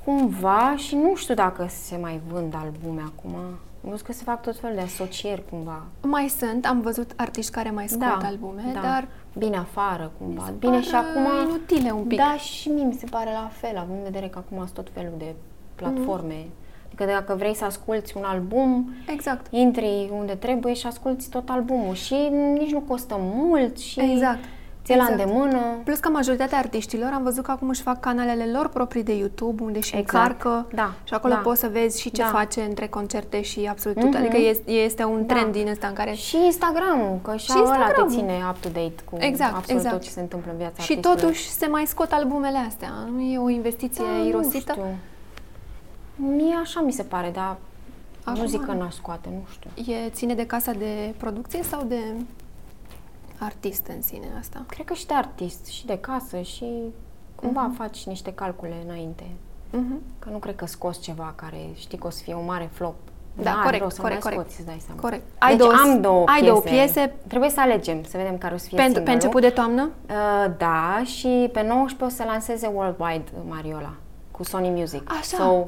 [SPEAKER 2] Cumva și nu știu dacă se mai vând albume acum. Am văzut că se fac tot felul de asocieri, cumva. Da.
[SPEAKER 1] Mai sunt, am văzut artiști care mai scot albume, dar
[SPEAKER 2] Bine afară, cumva. Bine și
[SPEAKER 1] par,
[SPEAKER 2] acum...
[SPEAKER 1] inutile un pic.
[SPEAKER 2] Da, și mie mi se pare la fel, având în vedere că acum sunt tot felul de platforme.
[SPEAKER 1] Mhm.
[SPEAKER 2] Adică dacă vrei să asculti un album,
[SPEAKER 1] Exact.
[SPEAKER 2] intri unde trebuie și asculti tot albumul. Și nici nu costă mult și
[SPEAKER 1] Exact.
[SPEAKER 2] ți la
[SPEAKER 1] Exact.
[SPEAKER 2] îndemână.
[SPEAKER 1] Plus că majoritatea artiștilor am văzut că acum își fac canalele lor proprii de YouTube, unde și
[SPEAKER 2] Exact.
[SPEAKER 1] încarcă
[SPEAKER 2] Da,
[SPEAKER 1] și acolo
[SPEAKER 2] da.
[SPEAKER 1] poți să vezi și ce
[SPEAKER 2] Da. Mhm.
[SPEAKER 1] face între concerte și absolut tot. Adică este, este un trend din ăsta în care... Și,
[SPEAKER 2] Și Instagram, că și,
[SPEAKER 1] Și
[SPEAKER 2] ăla te
[SPEAKER 1] Instagram-ul.
[SPEAKER 2] ține up-to-date cu
[SPEAKER 1] Exact,
[SPEAKER 2] absolut
[SPEAKER 1] exact.
[SPEAKER 2] tot ce se întâmplă în viața
[SPEAKER 1] și
[SPEAKER 2] artistului.
[SPEAKER 1] totuși se mai scot albumele astea. Nu e o investiție
[SPEAKER 2] Da,
[SPEAKER 1] irosită?
[SPEAKER 2] Nu știu. Mie așa mi se pare, dar Acum nu
[SPEAKER 1] Acum
[SPEAKER 2] zic că
[SPEAKER 1] nu.
[SPEAKER 2] n-aș scoate, nu știu.
[SPEAKER 1] E ține de casa de producție sau de artist în sine asta?
[SPEAKER 2] Cred că și de artist, și de casă, și cumva
[SPEAKER 1] Mhm.
[SPEAKER 2] faci niște calcule înainte.
[SPEAKER 1] Uh-huh.
[SPEAKER 2] Că nu cred că scoți ceva care știi că o să fie un mare flop.
[SPEAKER 1] Da,
[SPEAKER 2] Dar
[SPEAKER 1] corect,
[SPEAKER 2] vreau să
[SPEAKER 1] corect,
[SPEAKER 2] mai
[SPEAKER 1] corect.
[SPEAKER 2] Scoți, îți dai seama.
[SPEAKER 1] Corect.
[SPEAKER 2] Ai deci două, am două
[SPEAKER 1] ai
[SPEAKER 2] piese.
[SPEAKER 1] două piese
[SPEAKER 2] Trebuie să alegem, să vedem care o să fie
[SPEAKER 1] pentru, pe
[SPEAKER 2] single-ul.
[SPEAKER 1] început de toamnă?
[SPEAKER 2] Uh, da, și pe 19 o să lanseze Worldwide Mariola cu Sony Music.
[SPEAKER 1] Așa.
[SPEAKER 2] So,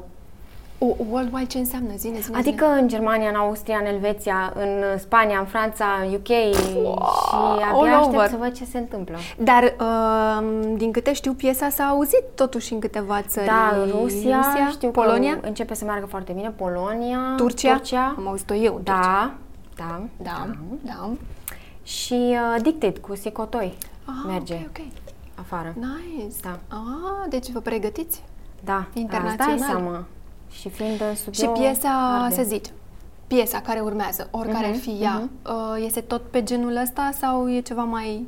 [SPEAKER 1] O, worldwide ce înseamnă? Zine, zine,
[SPEAKER 2] Adică în Germania, în Austria, în Elveția, în Spania, în Franța, în UK și
[SPEAKER 1] all
[SPEAKER 2] abia aștept
[SPEAKER 1] over.
[SPEAKER 2] să văd ce se întâmplă.
[SPEAKER 1] zine. Dar um, din câte știu, piesa s-a auzit totuși în câteva țări.
[SPEAKER 2] Da, în Rusia,
[SPEAKER 1] Rusia
[SPEAKER 2] știu
[SPEAKER 1] Polonia,
[SPEAKER 2] că începe să meargă foarte bine, Polonia,
[SPEAKER 1] Turcia.
[SPEAKER 2] Turcia.
[SPEAKER 1] Am auzit-o eu. Turcia.
[SPEAKER 2] Da, da,
[SPEAKER 1] Da, da.
[SPEAKER 2] Și uh, Dictate cu Sicotoi
[SPEAKER 1] Ah,
[SPEAKER 2] merge
[SPEAKER 1] Ok, ok.
[SPEAKER 2] afară.
[SPEAKER 1] Nice.
[SPEAKER 2] Da.
[SPEAKER 1] Ah, deci vă pregătiți?
[SPEAKER 2] Da,
[SPEAKER 1] Internațional.
[SPEAKER 2] Îți dai seama. Și fiind în studio...
[SPEAKER 1] Și piesa,
[SPEAKER 2] arde. Mhm,
[SPEAKER 1] să zice, piesa care urmează, oricare ar fi ea, uh, este tot pe genul ăsta sau e ceva mai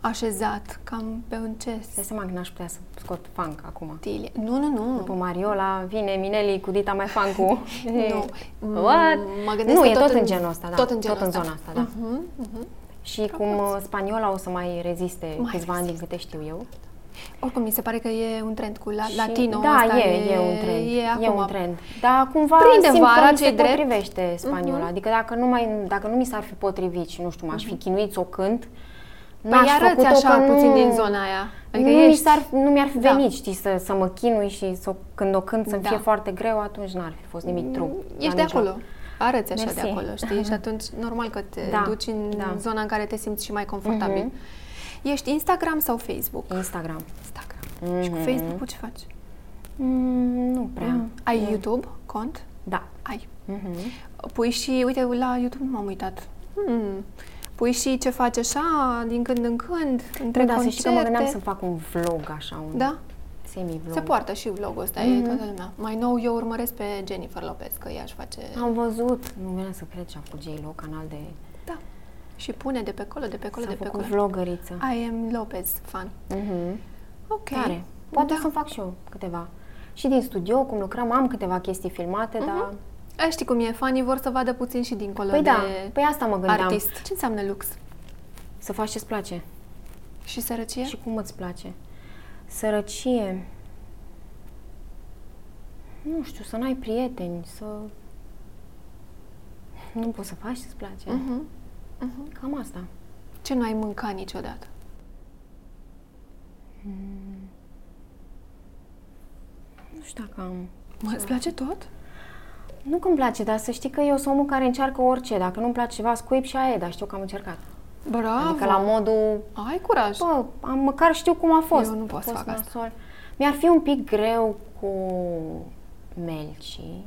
[SPEAKER 1] așezat, cam pe un ce
[SPEAKER 2] Îți dai seama că n-aș putea să scot funk acum.
[SPEAKER 1] stile? Nu, nu,
[SPEAKER 2] După
[SPEAKER 1] nu.
[SPEAKER 2] Mariola, vine Mineli cu Dita mai fan cu...
[SPEAKER 1] Nu. Mm,
[SPEAKER 2] What?
[SPEAKER 1] Mă gândesc
[SPEAKER 2] nu,
[SPEAKER 1] că
[SPEAKER 2] e
[SPEAKER 1] tot
[SPEAKER 2] tot în
[SPEAKER 1] în-
[SPEAKER 2] genul ăsta, da.
[SPEAKER 1] tot în genul
[SPEAKER 2] tot
[SPEAKER 1] ăsta.
[SPEAKER 2] în
[SPEAKER 1] Mhm,
[SPEAKER 2] zona asta, da. Și cum uh, spaniola o să mai reziste câțiva ani din câte știu eu.
[SPEAKER 1] Oricum, mi se pare că e un trend cu la,
[SPEAKER 2] Și-
[SPEAKER 1] latino.
[SPEAKER 2] da,
[SPEAKER 1] asta
[SPEAKER 2] e, e, un trend.
[SPEAKER 1] E, acum.
[SPEAKER 2] e un trend. Dar cumva
[SPEAKER 1] Prinde
[SPEAKER 2] simt
[SPEAKER 1] vara,
[SPEAKER 2] că nu se
[SPEAKER 1] ce-i drept. Mhm.
[SPEAKER 2] potrivește spaniola. Adică dacă nu, mai, dacă nu mi s-ar fi potrivit și nu știu, m-aș fi chinuit să o cânt,
[SPEAKER 1] Mhm. Păi
[SPEAKER 2] n-aș
[SPEAKER 1] arăți
[SPEAKER 2] făcut-o
[SPEAKER 1] așa
[SPEAKER 2] că nu-
[SPEAKER 1] puțin din zona aia. Adică
[SPEAKER 2] nu, mi
[SPEAKER 1] ești...
[SPEAKER 2] s-ar, nu mi-ar fi
[SPEAKER 1] Da.
[SPEAKER 2] venit, știi, să, să mă chinui și să, o- când o cânt să-mi
[SPEAKER 1] Da.
[SPEAKER 2] fie foarte greu, atunci n-ar fi fost nimic true.
[SPEAKER 1] Ești
[SPEAKER 2] la
[SPEAKER 1] de
[SPEAKER 2] nicio-
[SPEAKER 1] acolo. Arăți așa de
[SPEAKER 2] Mersi. Mhm.
[SPEAKER 1] acolo, știi? Și atunci, normal că te
[SPEAKER 2] Da,
[SPEAKER 1] duci în
[SPEAKER 2] da. Mhm.
[SPEAKER 1] zona în care te simți și mai confortabil. Ești Instagram sau Facebook?
[SPEAKER 2] Instagram. Mhm.
[SPEAKER 1] Instagram. Și cu Facebook-ul ce faci?
[SPEAKER 2] Mm, nu prea.
[SPEAKER 1] Ai YouTube cont?
[SPEAKER 2] Da.
[SPEAKER 1] Ai. Pui și, uite, la YouTube nu m-am uitat. Hmm. Pui și ce faci așa, din când în când, între
[SPEAKER 2] Nu, da, să știi
[SPEAKER 1] concerte.
[SPEAKER 2] că mă gândeam să fac un vlog așa, un
[SPEAKER 1] Da?
[SPEAKER 2] semi-vlog.
[SPEAKER 1] Se poartă și vlogul ăsta,
[SPEAKER 2] Mhm.
[SPEAKER 1] e toată lumea. Mai nou, eu urmăresc pe Jennifer Lopez, că ea își face...
[SPEAKER 2] Am văzut, nu mi să cred ce a făcut J-Lo, canal de...
[SPEAKER 1] Da. Și pune de pe acolo, de pe acolo,
[SPEAKER 2] S-a
[SPEAKER 1] de pe
[SPEAKER 2] făcut
[SPEAKER 1] acolo.
[SPEAKER 2] vlogăriță.
[SPEAKER 1] I am Lopez fan.
[SPEAKER 2] Mhm.
[SPEAKER 1] Ok.
[SPEAKER 2] Tare. Poate
[SPEAKER 1] da.
[SPEAKER 2] o să fac și eu câteva. Și din studio, cum lucrăm, am câteva chestii filmate, dar...
[SPEAKER 1] A, știi cum e, fanii vor să vadă puțin și dincolo
[SPEAKER 2] Păi
[SPEAKER 1] Mhm. de
[SPEAKER 2] da, păi asta mă gândeam.
[SPEAKER 1] artist. Ce înseamnă lux?
[SPEAKER 2] Să faci ce-ți place.
[SPEAKER 1] Și sărăcie?
[SPEAKER 2] Și cum îți place? Sărăcie. Nu știu, să n-ai prieteni, să... Nu poți să faci ce-ți place.
[SPEAKER 1] Mhm.
[SPEAKER 2] Cam asta.
[SPEAKER 1] Ce nu ai mâncat niciodată?
[SPEAKER 2] Nu știu dacă am...
[SPEAKER 1] Mă, îți place tot?
[SPEAKER 2] Nu că îmi place, dar să știi că eu sunt omul care încearcă orice. Dacă nu-mi place ceva, scuip și aia e, dar știu că am încercat.
[SPEAKER 1] Bravo!
[SPEAKER 2] Adică la modul,
[SPEAKER 1] Ai curaj!
[SPEAKER 2] bă, am, măcar știu cum a fost.
[SPEAKER 1] Eu nu pot
[SPEAKER 2] A
[SPEAKER 1] să
[SPEAKER 2] fost
[SPEAKER 1] fac asta.
[SPEAKER 2] nasol. Mi-ar fi un pic greu cu melcii,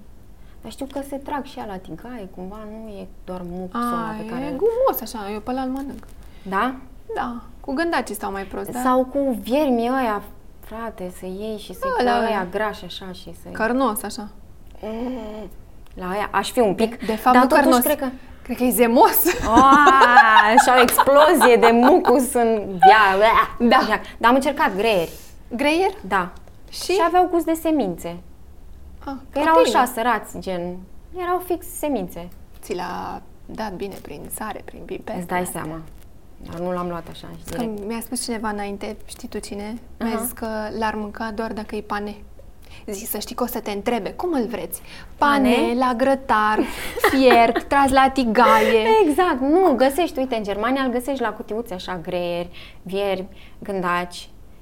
[SPEAKER 2] dar știu că se trag și ea la tigaie, cumva nu e doar muxul
[SPEAKER 1] A,
[SPEAKER 2] pe
[SPEAKER 1] e
[SPEAKER 2] care...
[SPEAKER 1] gumos așa, eu pe la îl mănânc.
[SPEAKER 2] Da?
[SPEAKER 1] Da, cu gândacii stau mai prost, da?
[SPEAKER 2] Sau cu viermii ăia, frate, să iei și să-i
[SPEAKER 1] Ăla-
[SPEAKER 2] la ăia grași așa și să
[SPEAKER 1] Cărnos, așa.
[SPEAKER 2] La aia aș fi un pic,
[SPEAKER 1] De fapt,
[SPEAKER 2] dar
[SPEAKER 1] nu
[SPEAKER 2] totuși
[SPEAKER 1] cărnos.
[SPEAKER 2] cred că...
[SPEAKER 1] Cred că e zemos.
[SPEAKER 2] Ah. Aaa, și o explozie de mucus în... Ia, ia,
[SPEAKER 1] Da.
[SPEAKER 2] ia. Dar am încercat greieri,
[SPEAKER 1] Greier?
[SPEAKER 2] da.
[SPEAKER 1] Și?
[SPEAKER 2] Și, și aveau gust de semințe.
[SPEAKER 1] Ah,
[SPEAKER 2] Că erau
[SPEAKER 1] proteine.
[SPEAKER 2] așa sărați, gen... Erau fix semințe.
[SPEAKER 1] Ți l-a dat bine prin sare, prin piper.
[SPEAKER 2] Îți dai seama. Dar nu l-am luat așa,
[SPEAKER 1] Că
[SPEAKER 2] direct.
[SPEAKER 1] mi-a spus cineva înainte, știi tu cine, mi-a zis că l-ar mânca doar dacă e pane. Zic, să știi că o să te întrebe, cum îl vreți? Pane,
[SPEAKER 2] Pane?
[SPEAKER 1] la grătar, fiert, tras la tigaie.
[SPEAKER 2] Exact, nu, găsești, uite, în Germania îl găsești la cutiuțe așa, greieri, vierbi, gândaci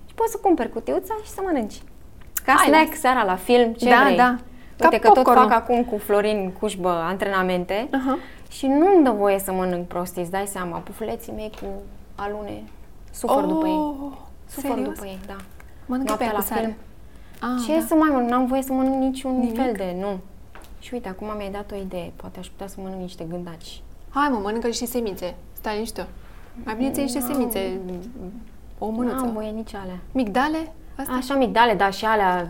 [SPEAKER 2] și poți să cumperi cutiuța și să mănânci. Ca
[SPEAKER 1] Hai,
[SPEAKER 2] snack seara la film, ce
[SPEAKER 1] Da,
[SPEAKER 2] vrei.
[SPEAKER 1] da.
[SPEAKER 2] Uite
[SPEAKER 1] Ca
[SPEAKER 2] că tot
[SPEAKER 1] popcorn-ul.
[SPEAKER 2] fac acum cu Florin Cușbă antrenamente
[SPEAKER 1] Aha.
[SPEAKER 2] și nu îmi dă voie să mănânc prostii, îți dai seama, pufuleții mei cu alune, sufăr după ei. Sufăr
[SPEAKER 1] Oh, serios?
[SPEAKER 2] după ei, da.
[SPEAKER 1] Mănâncă
[SPEAKER 2] Noaptea
[SPEAKER 1] pe
[SPEAKER 2] la
[SPEAKER 1] la sare.
[SPEAKER 2] film.
[SPEAKER 1] Ah,
[SPEAKER 2] Ce
[SPEAKER 1] da.
[SPEAKER 2] să mai mănânc? N-am voie să mănânc niciun
[SPEAKER 1] Nimic?
[SPEAKER 2] fel de, nu. Și uite, acum mi-ai dat o idee, poate aș putea să mănânc niște gândaci.
[SPEAKER 1] Hai mă, mănâncă și semințe. Stai liniște. Mai bine ți niște semințe. O
[SPEAKER 2] Nu am
[SPEAKER 1] mânuță.
[SPEAKER 2] voie nici alea.
[SPEAKER 1] Migdale? Asta? Ah. Păi
[SPEAKER 2] Așa migdale, da, și alea 10-12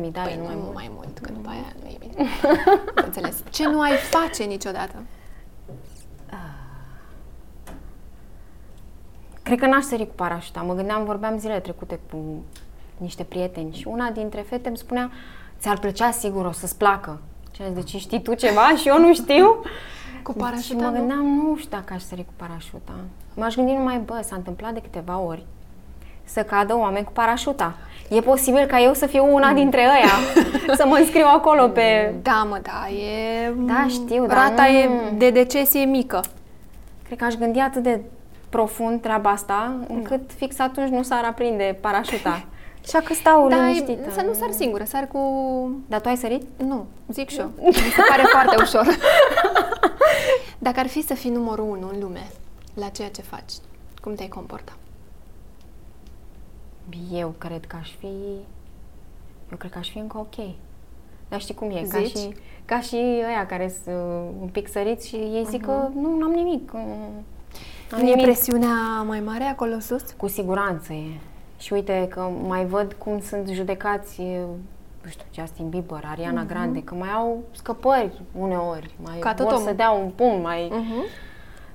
[SPEAKER 2] migdale, nu mai
[SPEAKER 1] nu
[SPEAKER 2] mult.
[SPEAKER 1] mai mult, că după aia nu e bine. Am Înțeles. Ce nu ai face niciodată?
[SPEAKER 2] Cred că n-aș sări cu parașuta. Mă gândeam, vorbeam zilele trecute cu niște prieteni și una dintre fete îmi spunea Ți-ar plăcea sigur, o să-ți placă. Și am zis, deci știi tu ceva și eu nu știu?
[SPEAKER 1] Cu
[SPEAKER 2] și
[SPEAKER 1] parașuta,
[SPEAKER 2] Deci Păi, mă
[SPEAKER 1] nu?
[SPEAKER 2] gândeam, nu știu dacă aș sări cu parașuta. M-aș gândi numai, bă, s-a întâmplat de câteva ori să cadă oameni cu parașuta. E posibil ca eu să fiu una dintre ăia, să mă înscriu acolo pe...
[SPEAKER 1] Da, mă, da, e...
[SPEAKER 2] Da, știu, dar
[SPEAKER 1] Rata
[SPEAKER 2] nu-
[SPEAKER 1] e de deces e mică.
[SPEAKER 2] Cred că aș gândi atât de profund treaba asta, încât fix atunci nu s-ar aprinde parașuta. Așa că stau
[SPEAKER 1] Dar
[SPEAKER 2] liniștită.
[SPEAKER 1] e- să nu sar singură, sar cu...
[SPEAKER 2] Dar tu ai sărit?
[SPEAKER 1] Nu, zic și eu. Mi se pare foarte ușor. Dacă ar fi să fii numărul unu în lume la ceea ce faci, cum te-ai comporta?
[SPEAKER 2] Eu cred că aș fi... Eu cred că aș fi încă ok. Dar știi cum e? Ca
[SPEAKER 1] Zici?
[SPEAKER 2] și, ca și ăia care sunt uh, un pic săriți și ei zic că nu, n-am nimic. uh, N-am
[SPEAKER 1] Nu e
[SPEAKER 2] nimic.
[SPEAKER 1] presiunea mai mare acolo sus?
[SPEAKER 2] Cu siguranță e. Și uite că mai văd cum sunt judecați, e, nu știu, Justin Bieber, Ariana Grande, că mai au scăpări uneori, mai
[SPEAKER 1] Mhm. Ca tot Mhm.
[SPEAKER 2] vor
[SPEAKER 1] omul.
[SPEAKER 2] să dea un pumn, mai...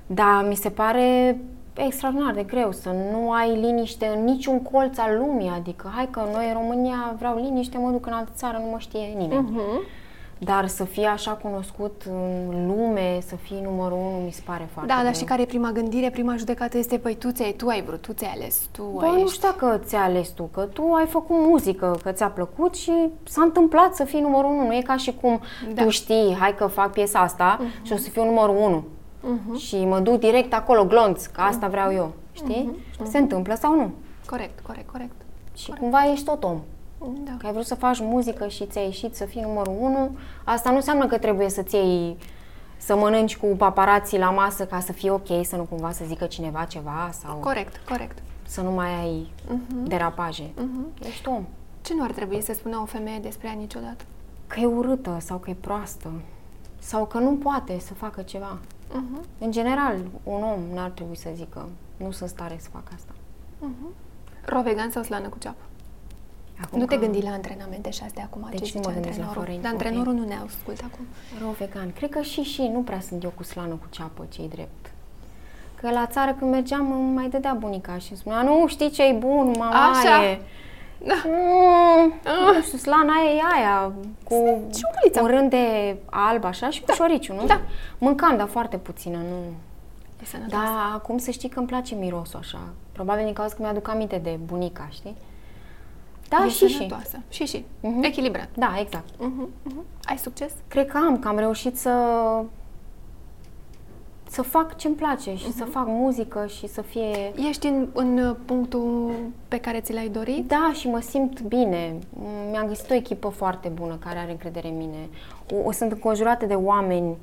[SPEAKER 2] Dar mi se pare extraordinar de greu să nu ai liniște în niciun colț al lumii, adică hai că noi în România vreau liniște, mă duc în altă țară, nu mă știe
[SPEAKER 1] Mhm.
[SPEAKER 2] nimeni. Dar să fii așa cunoscut în lume, să fii numărul unu, mi se pare foarte
[SPEAKER 1] Da,
[SPEAKER 2] greu.
[SPEAKER 1] dar și care e prima gândire, prima judecată este, păi tu ți-ai, tu ai vrut, tu ți-ai ales, tu
[SPEAKER 2] Bă,
[SPEAKER 1] ai
[SPEAKER 2] nu știu dacă ți-a ales tu, că tu ai făcut muzică, că ți-a plăcut și s-a întâmplat să fii numărul unu. Nu e ca și cum
[SPEAKER 1] Da.
[SPEAKER 2] da. tu știi, hai că fac piesa asta uh-huh. și o să fiu numărul unu. Uh-huh. Și mă duc direct acolo, glonț, că asta vreau eu. Știi? Uh-huh. Se întâmplă sau nu.
[SPEAKER 1] Corect, corect, corect.
[SPEAKER 2] Și cumva ești tot om.
[SPEAKER 1] Da.
[SPEAKER 2] Că ai vrut să faci muzică și ți-a ieșit să fii numărul unu, asta nu înseamnă că trebuie să-ți iei să mănânci cu paparații la masă ca să fie ok, să nu cumva să zică cineva ceva sau
[SPEAKER 1] Corect, corect.
[SPEAKER 2] să nu mai ai uh-huh. derapaje. Uh-huh. Ești om.
[SPEAKER 1] Ce nu ar trebui să spună o femeie despre ea niciodată?
[SPEAKER 2] Că e urâtă sau că e proastă sau că nu poate să facă ceva.
[SPEAKER 1] Uh-huh.
[SPEAKER 2] În general, un om n-ar trebui să zică nu sunt stare să fac asta.
[SPEAKER 1] Rovegan sau slană cu ceapă?
[SPEAKER 2] Acum
[SPEAKER 1] nu te
[SPEAKER 2] că-
[SPEAKER 1] gândi la antrenamente și astea acum,
[SPEAKER 2] Deci
[SPEAKER 1] ce
[SPEAKER 2] nu
[SPEAKER 1] zice
[SPEAKER 2] mă gândesc la
[SPEAKER 1] antrenorul.
[SPEAKER 2] Florin,
[SPEAKER 1] Dar
[SPEAKER 2] ok.
[SPEAKER 1] antrenorul nu ne ascultă acum.
[SPEAKER 2] Rău vegan. Cred că și și nu prea sunt eu cu slană cu ceapă, cei drept. Că la țară când mergeam îmi mai dădea bunica și îmi spunea, nu știi ce e bun, mama
[SPEAKER 1] Așa.
[SPEAKER 2] e.
[SPEAKER 1] Da.
[SPEAKER 2] Mm, nu știu, slana e aia cu
[SPEAKER 1] ciungulița.
[SPEAKER 2] un rând de alb așa și cu da. șoriciu, nu?
[SPEAKER 1] Da.
[SPEAKER 2] Mâncam, dar foarte puțină, nu.
[SPEAKER 1] E sănătos.
[SPEAKER 2] Da, acum să știi că îmi place mirosul așa. Probabil din cauza că mi-aduc aminte de bunica, știi? Da,
[SPEAKER 1] e
[SPEAKER 2] și și.
[SPEAKER 1] sănătoasă. Și și. Uh-huh. Echilibrat.
[SPEAKER 2] Da, exact.
[SPEAKER 1] Uh-huh. Uh-huh. Ai succes?
[SPEAKER 2] Cred că am, că am reușit să să fac ce-mi place și
[SPEAKER 1] Mhm.
[SPEAKER 2] să fac muzică și să fie...
[SPEAKER 1] Ești în, în uh, punctul pe care ți l-ai dorit?
[SPEAKER 2] Da, și mă simt bine. M- Mi-am găsit o echipă foarte bună care are încredere în mine. O, o sunt înconjurată de oameni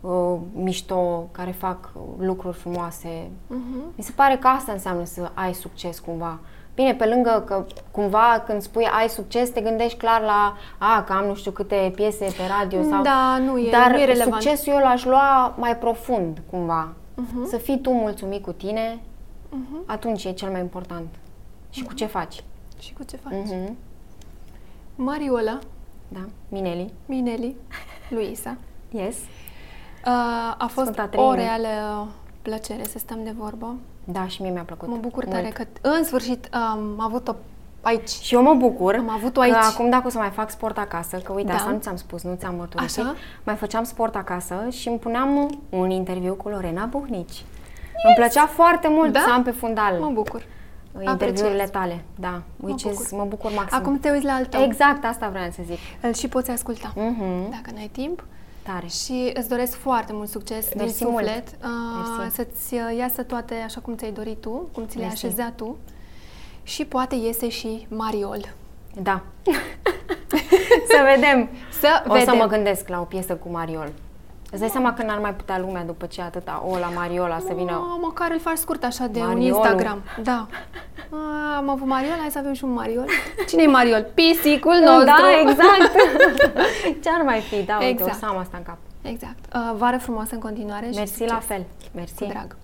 [SPEAKER 2] uh, mișto, care fac uh, lucruri frumoase.
[SPEAKER 1] Uh-huh.
[SPEAKER 2] Mi se pare că asta înseamnă să ai succes cumva. Bine, pe lângă că cumva când spui ai succes, te gândești clar la a, că am nu știu câte piese pe radio sau...
[SPEAKER 1] Da, nu e-
[SPEAKER 2] Dar
[SPEAKER 1] nu e relevant.
[SPEAKER 2] succesul eu l-aș lua mai profund cumva.
[SPEAKER 1] Mhm.
[SPEAKER 2] Să fii tu mulțumit cu tine, atunci e cel mai important. Și cu ce faci.
[SPEAKER 1] Și cu ce faci?
[SPEAKER 2] Mhm.
[SPEAKER 1] Mariola,
[SPEAKER 2] Da, Mineli.
[SPEAKER 1] Mineli, Luisa.
[SPEAKER 2] Yes.
[SPEAKER 1] Uh, a fost
[SPEAKER 2] Sfânta
[SPEAKER 1] o
[SPEAKER 2] Treime.
[SPEAKER 1] reală plăcere să stăm de vorbă.
[SPEAKER 2] Da, și mie mi-a plăcut.
[SPEAKER 1] Mă bucur
[SPEAKER 2] mult.
[SPEAKER 1] tare că în sfârșit am avut-o aici.
[SPEAKER 2] Și eu mă bucur.
[SPEAKER 1] Am avut-o
[SPEAKER 2] că
[SPEAKER 1] aici.
[SPEAKER 2] acum dacă o să mai fac sport acasă, că uite,
[SPEAKER 1] Da.
[SPEAKER 2] asta nu ți-am spus, nu ți-am mărturisit.
[SPEAKER 1] Așa.
[SPEAKER 2] Mai făceam sport acasă și îmi puneam un interviu cu Lorena Buhnici. Îmi plăcea foarte mult
[SPEAKER 1] Da?
[SPEAKER 2] să am pe fundal
[SPEAKER 1] Mă bucur.
[SPEAKER 2] interviurile
[SPEAKER 1] apreciez.
[SPEAKER 2] tale. Da, which
[SPEAKER 1] Mă
[SPEAKER 2] mă is,
[SPEAKER 1] bucur.
[SPEAKER 2] mă bucur maxim.
[SPEAKER 1] Acum te uiți la altul.
[SPEAKER 2] Exact, asta vreau să zic.
[SPEAKER 1] Îl și poți asculta.
[SPEAKER 2] Mhm.
[SPEAKER 1] Dacă n-ai timp.
[SPEAKER 2] Tare.
[SPEAKER 1] Și îți doresc foarte mult succes
[SPEAKER 2] Mersi
[SPEAKER 1] din
[SPEAKER 2] mult.
[SPEAKER 1] suflet. Uh,
[SPEAKER 2] Mersi.
[SPEAKER 1] Să-ți uh, iasă toate așa cum ți-ai dorit tu, cum ți le-ai
[SPEAKER 2] Mersi.
[SPEAKER 1] așezat tu. Și poate iese și Mariol.
[SPEAKER 2] Da. să vedem.
[SPEAKER 1] Să
[SPEAKER 2] O
[SPEAKER 1] vedem.
[SPEAKER 2] să mă gândesc la o piesă cu Mariol. Îți dai seama că n-ar mai putea lumea după ce atâta o la Mariola să vină.
[SPEAKER 1] Mă, măcar îl faci scurt așa de un
[SPEAKER 2] Mariolul.
[SPEAKER 1] Instagram. Da. A, am avut Mariol, hai să avem și un Mariol. Cine e Mariol? Pisicul nostru.
[SPEAKER 2] Da, exact. Ce ar mai fi? Da, uite, o
[SPEAKER 1] Exact.
[SPEAKER 2] să am asta în cap.
[SPEAKER 1] exact. Uh, vară frumoasă în continuare. și
[SPEAKER 2] Mersi
[SPEAKER 1] succes.
[SPEAKER 2] la fel. Mersi.
[SPEAKER 1] Cu drag.